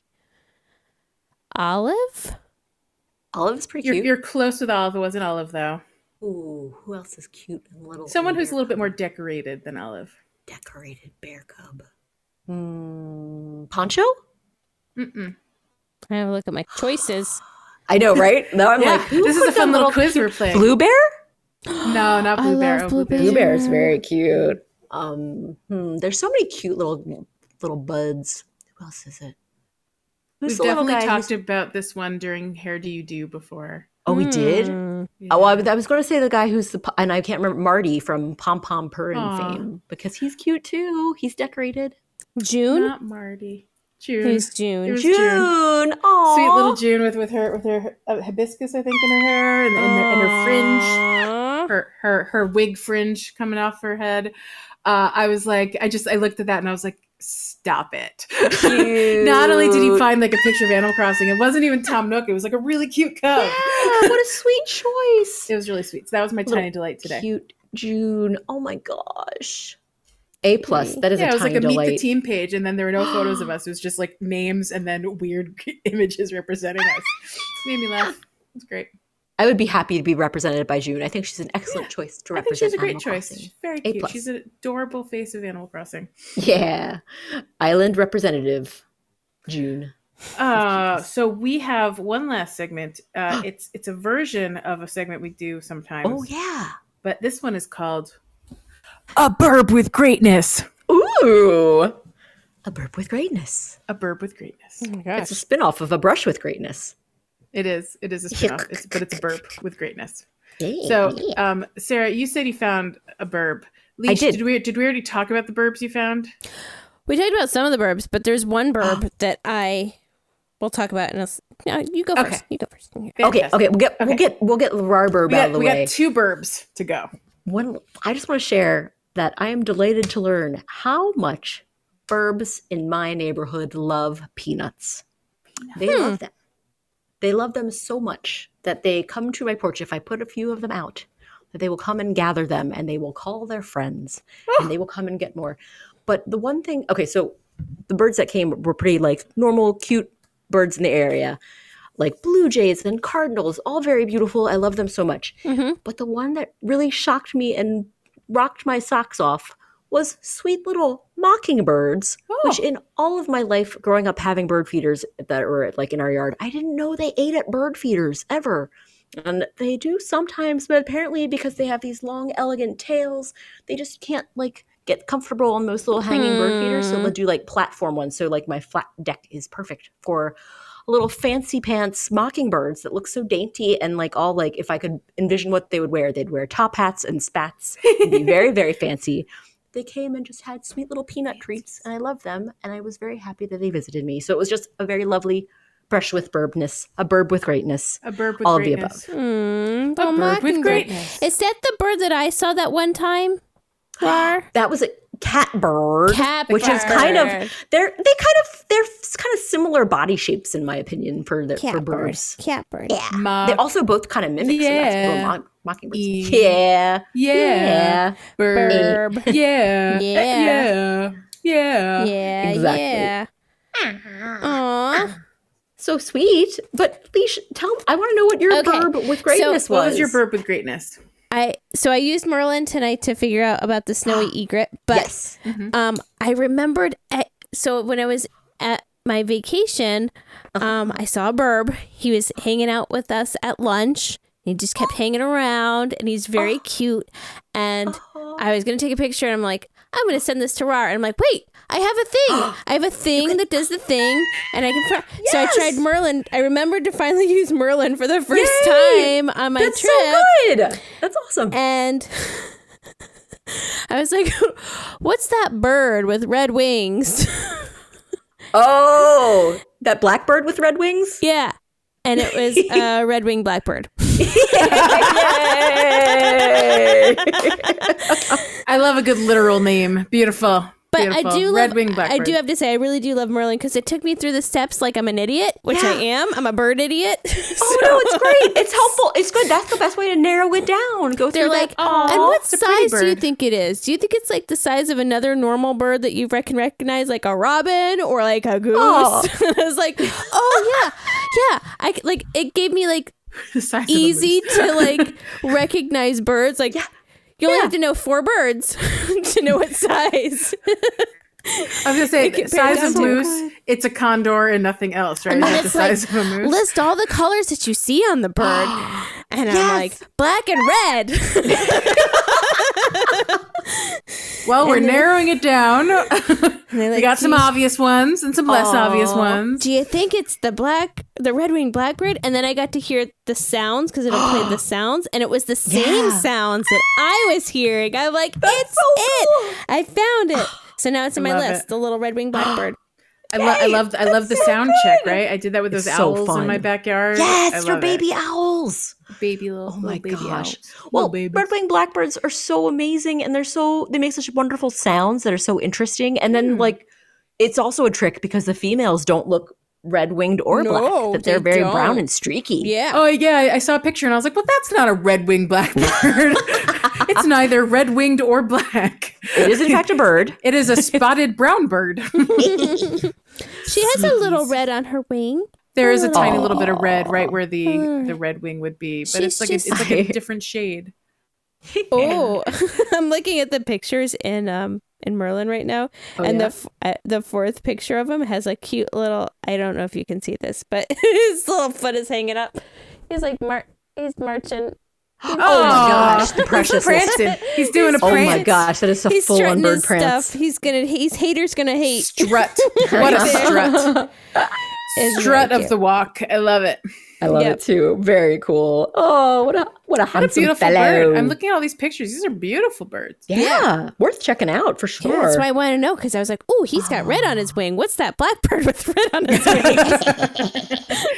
B: Olive.
D: Olive's pretty
C: You're,
D: cute.
C: you're close with Olive. It wasn't Olive though.
D: Ooh, who else is cute and little?
C: Someone
D: and
C: who's a
D: bear
C: little bit
D: cub?
C: more decorated than Olive.
D: decorated bear cub. Mm, Poncho?
C: Mm-mm.
B: I have a look at my choices.
D: I know, right? Now I'm
C: Yeah,
D: like, who
C: this is
D: put
C: a fun
D: that
C: little quiz we're playing.
D: blue bear?
C: No, not
B: I
C: blue bear.
B: love
C: oh, blue
B: Blue
C: bear.
B: Bear.
D: bear is very cute. Um, hmm, there's so many cute little little buds. Who else is it?
C: We've
D: Who's the little
C: definitely
D: guy?
C: talked
D: who's-
C: about this one during Hair Do You Do before.
D: Oh, we did.
B: Hmm.
D: Oh, I, was- I was going to say the guy who's the po- and I can't remember Marty from Pom Pom Purring
C: Aw.
D: fame because he's cute too. He's decorated.
B: June.
C: Not Marty. June.
B: Who's June?
C: It was
D: June.
C: June.
D: Oh,
C: Sweet little June with, with her with her uh, hibiscus, I think, in her hair and, and, and her fringe,
B: Aw.
C: her her her wig fringe coming off her head. Uh, I was like, I just I looked at that and I was like, stop it.
D: Cute.
C: Not only did he find like a picture of Animal Crossing, it wasn't even Tom Nook. It was like a really cute cub.
D: Yeah, what a sweet choice.
C: It was really sweet. So that was my
D: Little
C: tiny delight today.
D: Cute June. Oh my gosh. Hmm. A plus. That is
C: yeah,
D: a
C: it was
D: tiny
C: like a meet the
D: delight.
C: team page, and then there were no photos of us. It was just like names and then weird images representing us. Made me laugh. It's great.
D: I would be happy to be represented by June. I think she's an excellent
C: Yeah,
D: choice to
C: I think she's
D: represent.
C: a great
D: Animal
C: choice.
D: Crossing.
C: She's very
D: A
C: cute.
D: plus.
C: She's an adorable face of Animal Crossing.
D: Yeah. Island representative June.
C: Uh, so we have one last segment. Uh, it's it's a version of a segment we do sometimes.
D: Oh yeah.
C: But this one is called a burb with greatness.
D: Ooh. A burp with greatness.
C: A burb with greatness.
D: It's a spin-off of a brush with greatness.
C: It is. It is a spinoff. It's, but it's a burp with greatness.
D: Yeah.
C: So, um, Sarah, you said you found a burb. Leech,
D: did.
C: we did we already talk about the burbs you found?
B: We talked about some of the burbs, but there's one burb that I will talk about in a. s- No, you go
D: Okay.
B: first. You go first.
D: okay, okay, we'll get
C: Okay.
D: we'll get we'll get Larar burb
C: We
D: out
C: got,
D: of the
C: we
D: way.
C: got two burbs to go.
D: One I just want to share that I am delighted to learn how much burbs in my neighborhood love peanuts. They love them. They love them so much that they come to my porch if I put a few of them out. That they will come and gather them and they will call their friends and they will come and get more. But the one thing, okay, so the birds that came were pretty like normal, cute birds in the area, like blue jays and cardinals, all very beautiful. I love them so much. But the one that really shocked me and rocked my socks off was sweet little mockingbirds, which in all of my life growing up having bird feeders that were like in our yard, I didn't know they ate at bird feeders ever. And they do sometimes, but apparently because they have these long, elegant tails, they just can't like get comfortable on most little hanging bird feeders. So they'll do like platform ones. So like my flat deck is perfect for little fancy pants mockingbirds that look so dainty and like all like if I could envision what they would wear, they'd wear top hats and spats and be very, very fancy. They came and just had sweet little peanut treats, and I love them. And I was very happy that they visited me. So it was just a very lovely brush with burbness, a burb with greatness.
C: A burb with
D: All of the
C: greatness.
B: Mm,
C: A
B: the
C: bird with
B: mockingbird.
C: greatness.
B: Is that the bird that I saw that one time? Lar?
D: That was a catbird,
B: Catbird.
D: which is kind of they're they kind of they're s- kind of similar body shapes in my opinion for the, for
B: catbird.
D: birds.
B: Catbird.
D: Yeah,
B: Uh,
D: they also both kind of mimic some aspect-
C: Yeah.
D: well, mock- mockingbirds.
C: Yeah.
D: Yeah,
C: yeah,
D: yeah,
C: Bird.
B: Burb.
C: yeah,
B: Yeah.
C: yeah, yeah,
B: Yeah.
D: Exactly. Uh-huh.
B: Yeah. Aw.
D: so sweet. But Leash, tell I want to know what your
B: Okay.
D: verb with greatness
C: What was your burp with greatness?
B: I so I used Merlin tonight to figure out about the snowy egret, but
D: yes,
B: um I remembered at, so when I was at my vacation,
D: Uh-huh.
B: um I saw a burb. He was hanging out with us at lunch. He just
D: Oh.
B: kept hanging around and he's very cute
D: Oh.
B: and I was going to take a picture and I'm like, I'm going to send this to Rar. And I'm like, wait, I have a thing. I have a thing that does the thing. And I can. Fr- So I tried Merlin. I remembered to finally use Merlin for the first
D: Yay!
B: time on my
D: that's
B: trip.
D: so good. That's awesome.
B: And I was like, what's that bird with red wings?
D: Oh, that blackbird with red wings.
B: yeah. And it was a red winged blackbird.
D: Yay!
C: I love a good literal name. Beautiful.
B: But
C: Beautiful.
B: I do love,
C: Red winged
B: I
C: blackbird.
B: do have to say, I really do love Merlin because it took me through the steps like I'm an idiot, which I am. I'm a bird idiot.
D: Oh no, it's great. It's helpful. It's good. That's the best way to narrow it down. Go
B: They're
D: through
B: like,
D: that.
B: and what
C: it's a pretty
B: size do you
C: bird."
B: think it is? Do you think it's like the size of another normal bird that you rec- can recognize, like a robin or like a goose?
D: Oh.
B: And I was like, oh yeah, yeah. I c- like it gave me like
C: The size of the
B: easy
C: moose.
B: to like recognize birds. Like you only have to know four birds to know what size.
C: I was gonna say the size
B: down
C: of
B: to-
C: moose. It's a condor and nothing else, right? That's the
B: it's like,
C: size of a moose.
B: List all the colors that you see on the bird, and I'm like black and red.
C: well, we're narrowing it down. we got some
B: obvious.
C: obvious ones and some less obvious ones.
B: Do you think it's the black, the red winged blackbird? And then I got to hear the sounds because it'll play the sounds, and it was the same
D: Yeah.
B: sounds that I was hearing. I'm like, it's it. I found it. So now it's on my
C: love
B: list.
C: it.
B: The little red winged blackbird.
C: I, lo- I love I love the sound check. Right, I did that with those
D: It's so
C: owls in
D: fun.
C: my backyard. I
D: Yes, your
C: love it.
D: baby owls.
C: baby little.
D: Oh my
C: baby
D: gosh.
C: owls.
D: Well,
C: Little babies.
D: red winged blackbirds are so amazing and they're so they make such wonderful sounds that are so interesting. And then like it's also a trick because the females don't look red winged or
B: No,
D: black. That they're
B: they
D: very brown
B: don't.
D: and streaky.
B: Yeah.
C: Oh yeah, I- I saw a picture and I was like, "Well, that's not a red-winged blackbird. it's neither red-winged or black.
D: It is in fact a bird.
C: It is a spotted brown bird.
B: She has a little red on her wing.
C: there is a tiny little bit of red right where the the red wing would be, but
B: She's
C: it's like a,
B: just-
C: it's like a different shade.
B: Oh, I'm looking at the pictures in um in Merlin right now,
D: Oh,
B: and the f- uh, the fourth picture of him has a cute little. I don't know if you can see this, but his little foot is hanging up. He's like mar- he's marching.
D: Oh, my gosh, the precious.
C: Prancing. He's doing a
D: Oh
C: prance.
D: my gosh, that is a
B: He's
D: full on
B: strutting
D: bird
B: his
D: prance.
B: stuff. He's gonna. He's haters gonna hate.
C: Strut. what a strut.
B: Is
C: Strut of the walk. I love it.
D: I love
B: Yep.
D: it too. Very cool. Oh, what a what a
C: What a
D: handsome
C: beautiful
D: fellow.
C: bird. I'm looking at all these pictures. These are beautiful birds.
D: Yeah. worth checking out for sure.
B: Yeah, that's why I want to know because I was like, "Oh, he's got red on his wing. What's that blackbird with red on his wing?"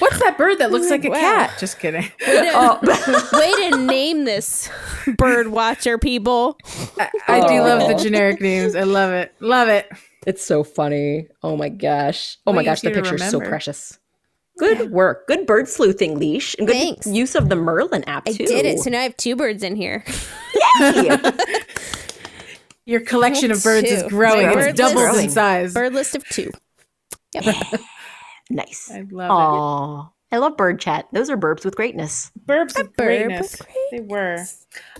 C: What's that bird that looks like a
B: Wow.
C: cat? Just kidding.
B: Way to name this bird watcher, people.
C: I do
D: Oh.
C: love the generic names. I love it. Love it.
D: It's so funny. Oh my gosh. Oh
C: Well,
D: my
C: you
D: gosh, the
C: need to
D: picture is so
C: remember.
D: precious. Good work. Good bird sleuthing leash and good
B: Thanks.
D: use of the Merlin app
B: I
D: too.
B: did it. So now I have two birds in here.
C: Your collection of birds is
B: Two.
C: growing.
B: My
C: It's
B: bird
C: doubled
B: list-
C: in size.
B: Bird list of two.
D: nice.
C: I love it.
D: Aw. I love bird chat. Those are burbs with greatness.
C: Burbs of greatness.
B: with
C: They were.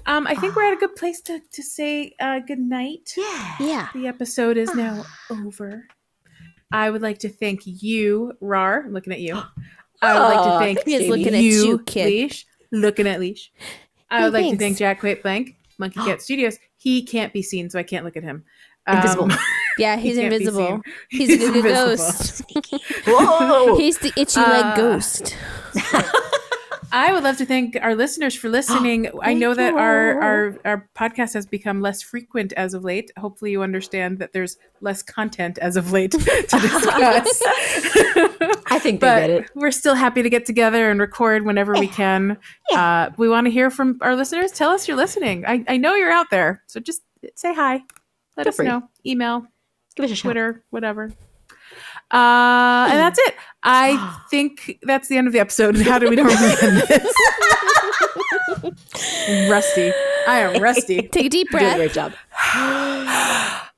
C: Um, I think we're at a good place to, to say uh, good night.
D: Yeah.
B: Yeah.
C: The episode is now over. I would like to thank you, Rar. I'm looking at you. I would like
D: Aw,
C: to thank
B: he is looking at you, kid.
C: Leash. Looking at Leash. I
B: Hey,
C: would like to thank
B: thanks.
C: Jack Quaid Blank, Monkey Cat Studios. He can't be seen, so I can't look at him. Um,
D: Invisible.
B: Yeah,
C: He
B: he's
C: can't be
B: invisible.
C: seen.
B: He's,
C: He's
B: the good
C: invisible.
B: ghost.
D: Whoa.
B: He's the itchy
C: Uh,
B: leg ghost.
C: I would love to thank our listeners for listening. I know that our, our our podcast has become less frequent as of late. Hopefully, you understand that there's less content as of late to discuss.
D: I think they get
C: but
D: it.
C: we're still happy to get together and record whenever we can. Uh, we want to hear from our listeners. Tell us you're listening. I, I know you're out there, so just say hi. Let
D: Feel
C: us
D: free.
C: know. Email,
D: Give us a shout.
C: Twitter, whatever. Uh, and that's it. I think that's the end of the episode. How do we normally end this? rusty. I am rusty.
B: Take a deep
D: You did a
B: breath.
D: great job.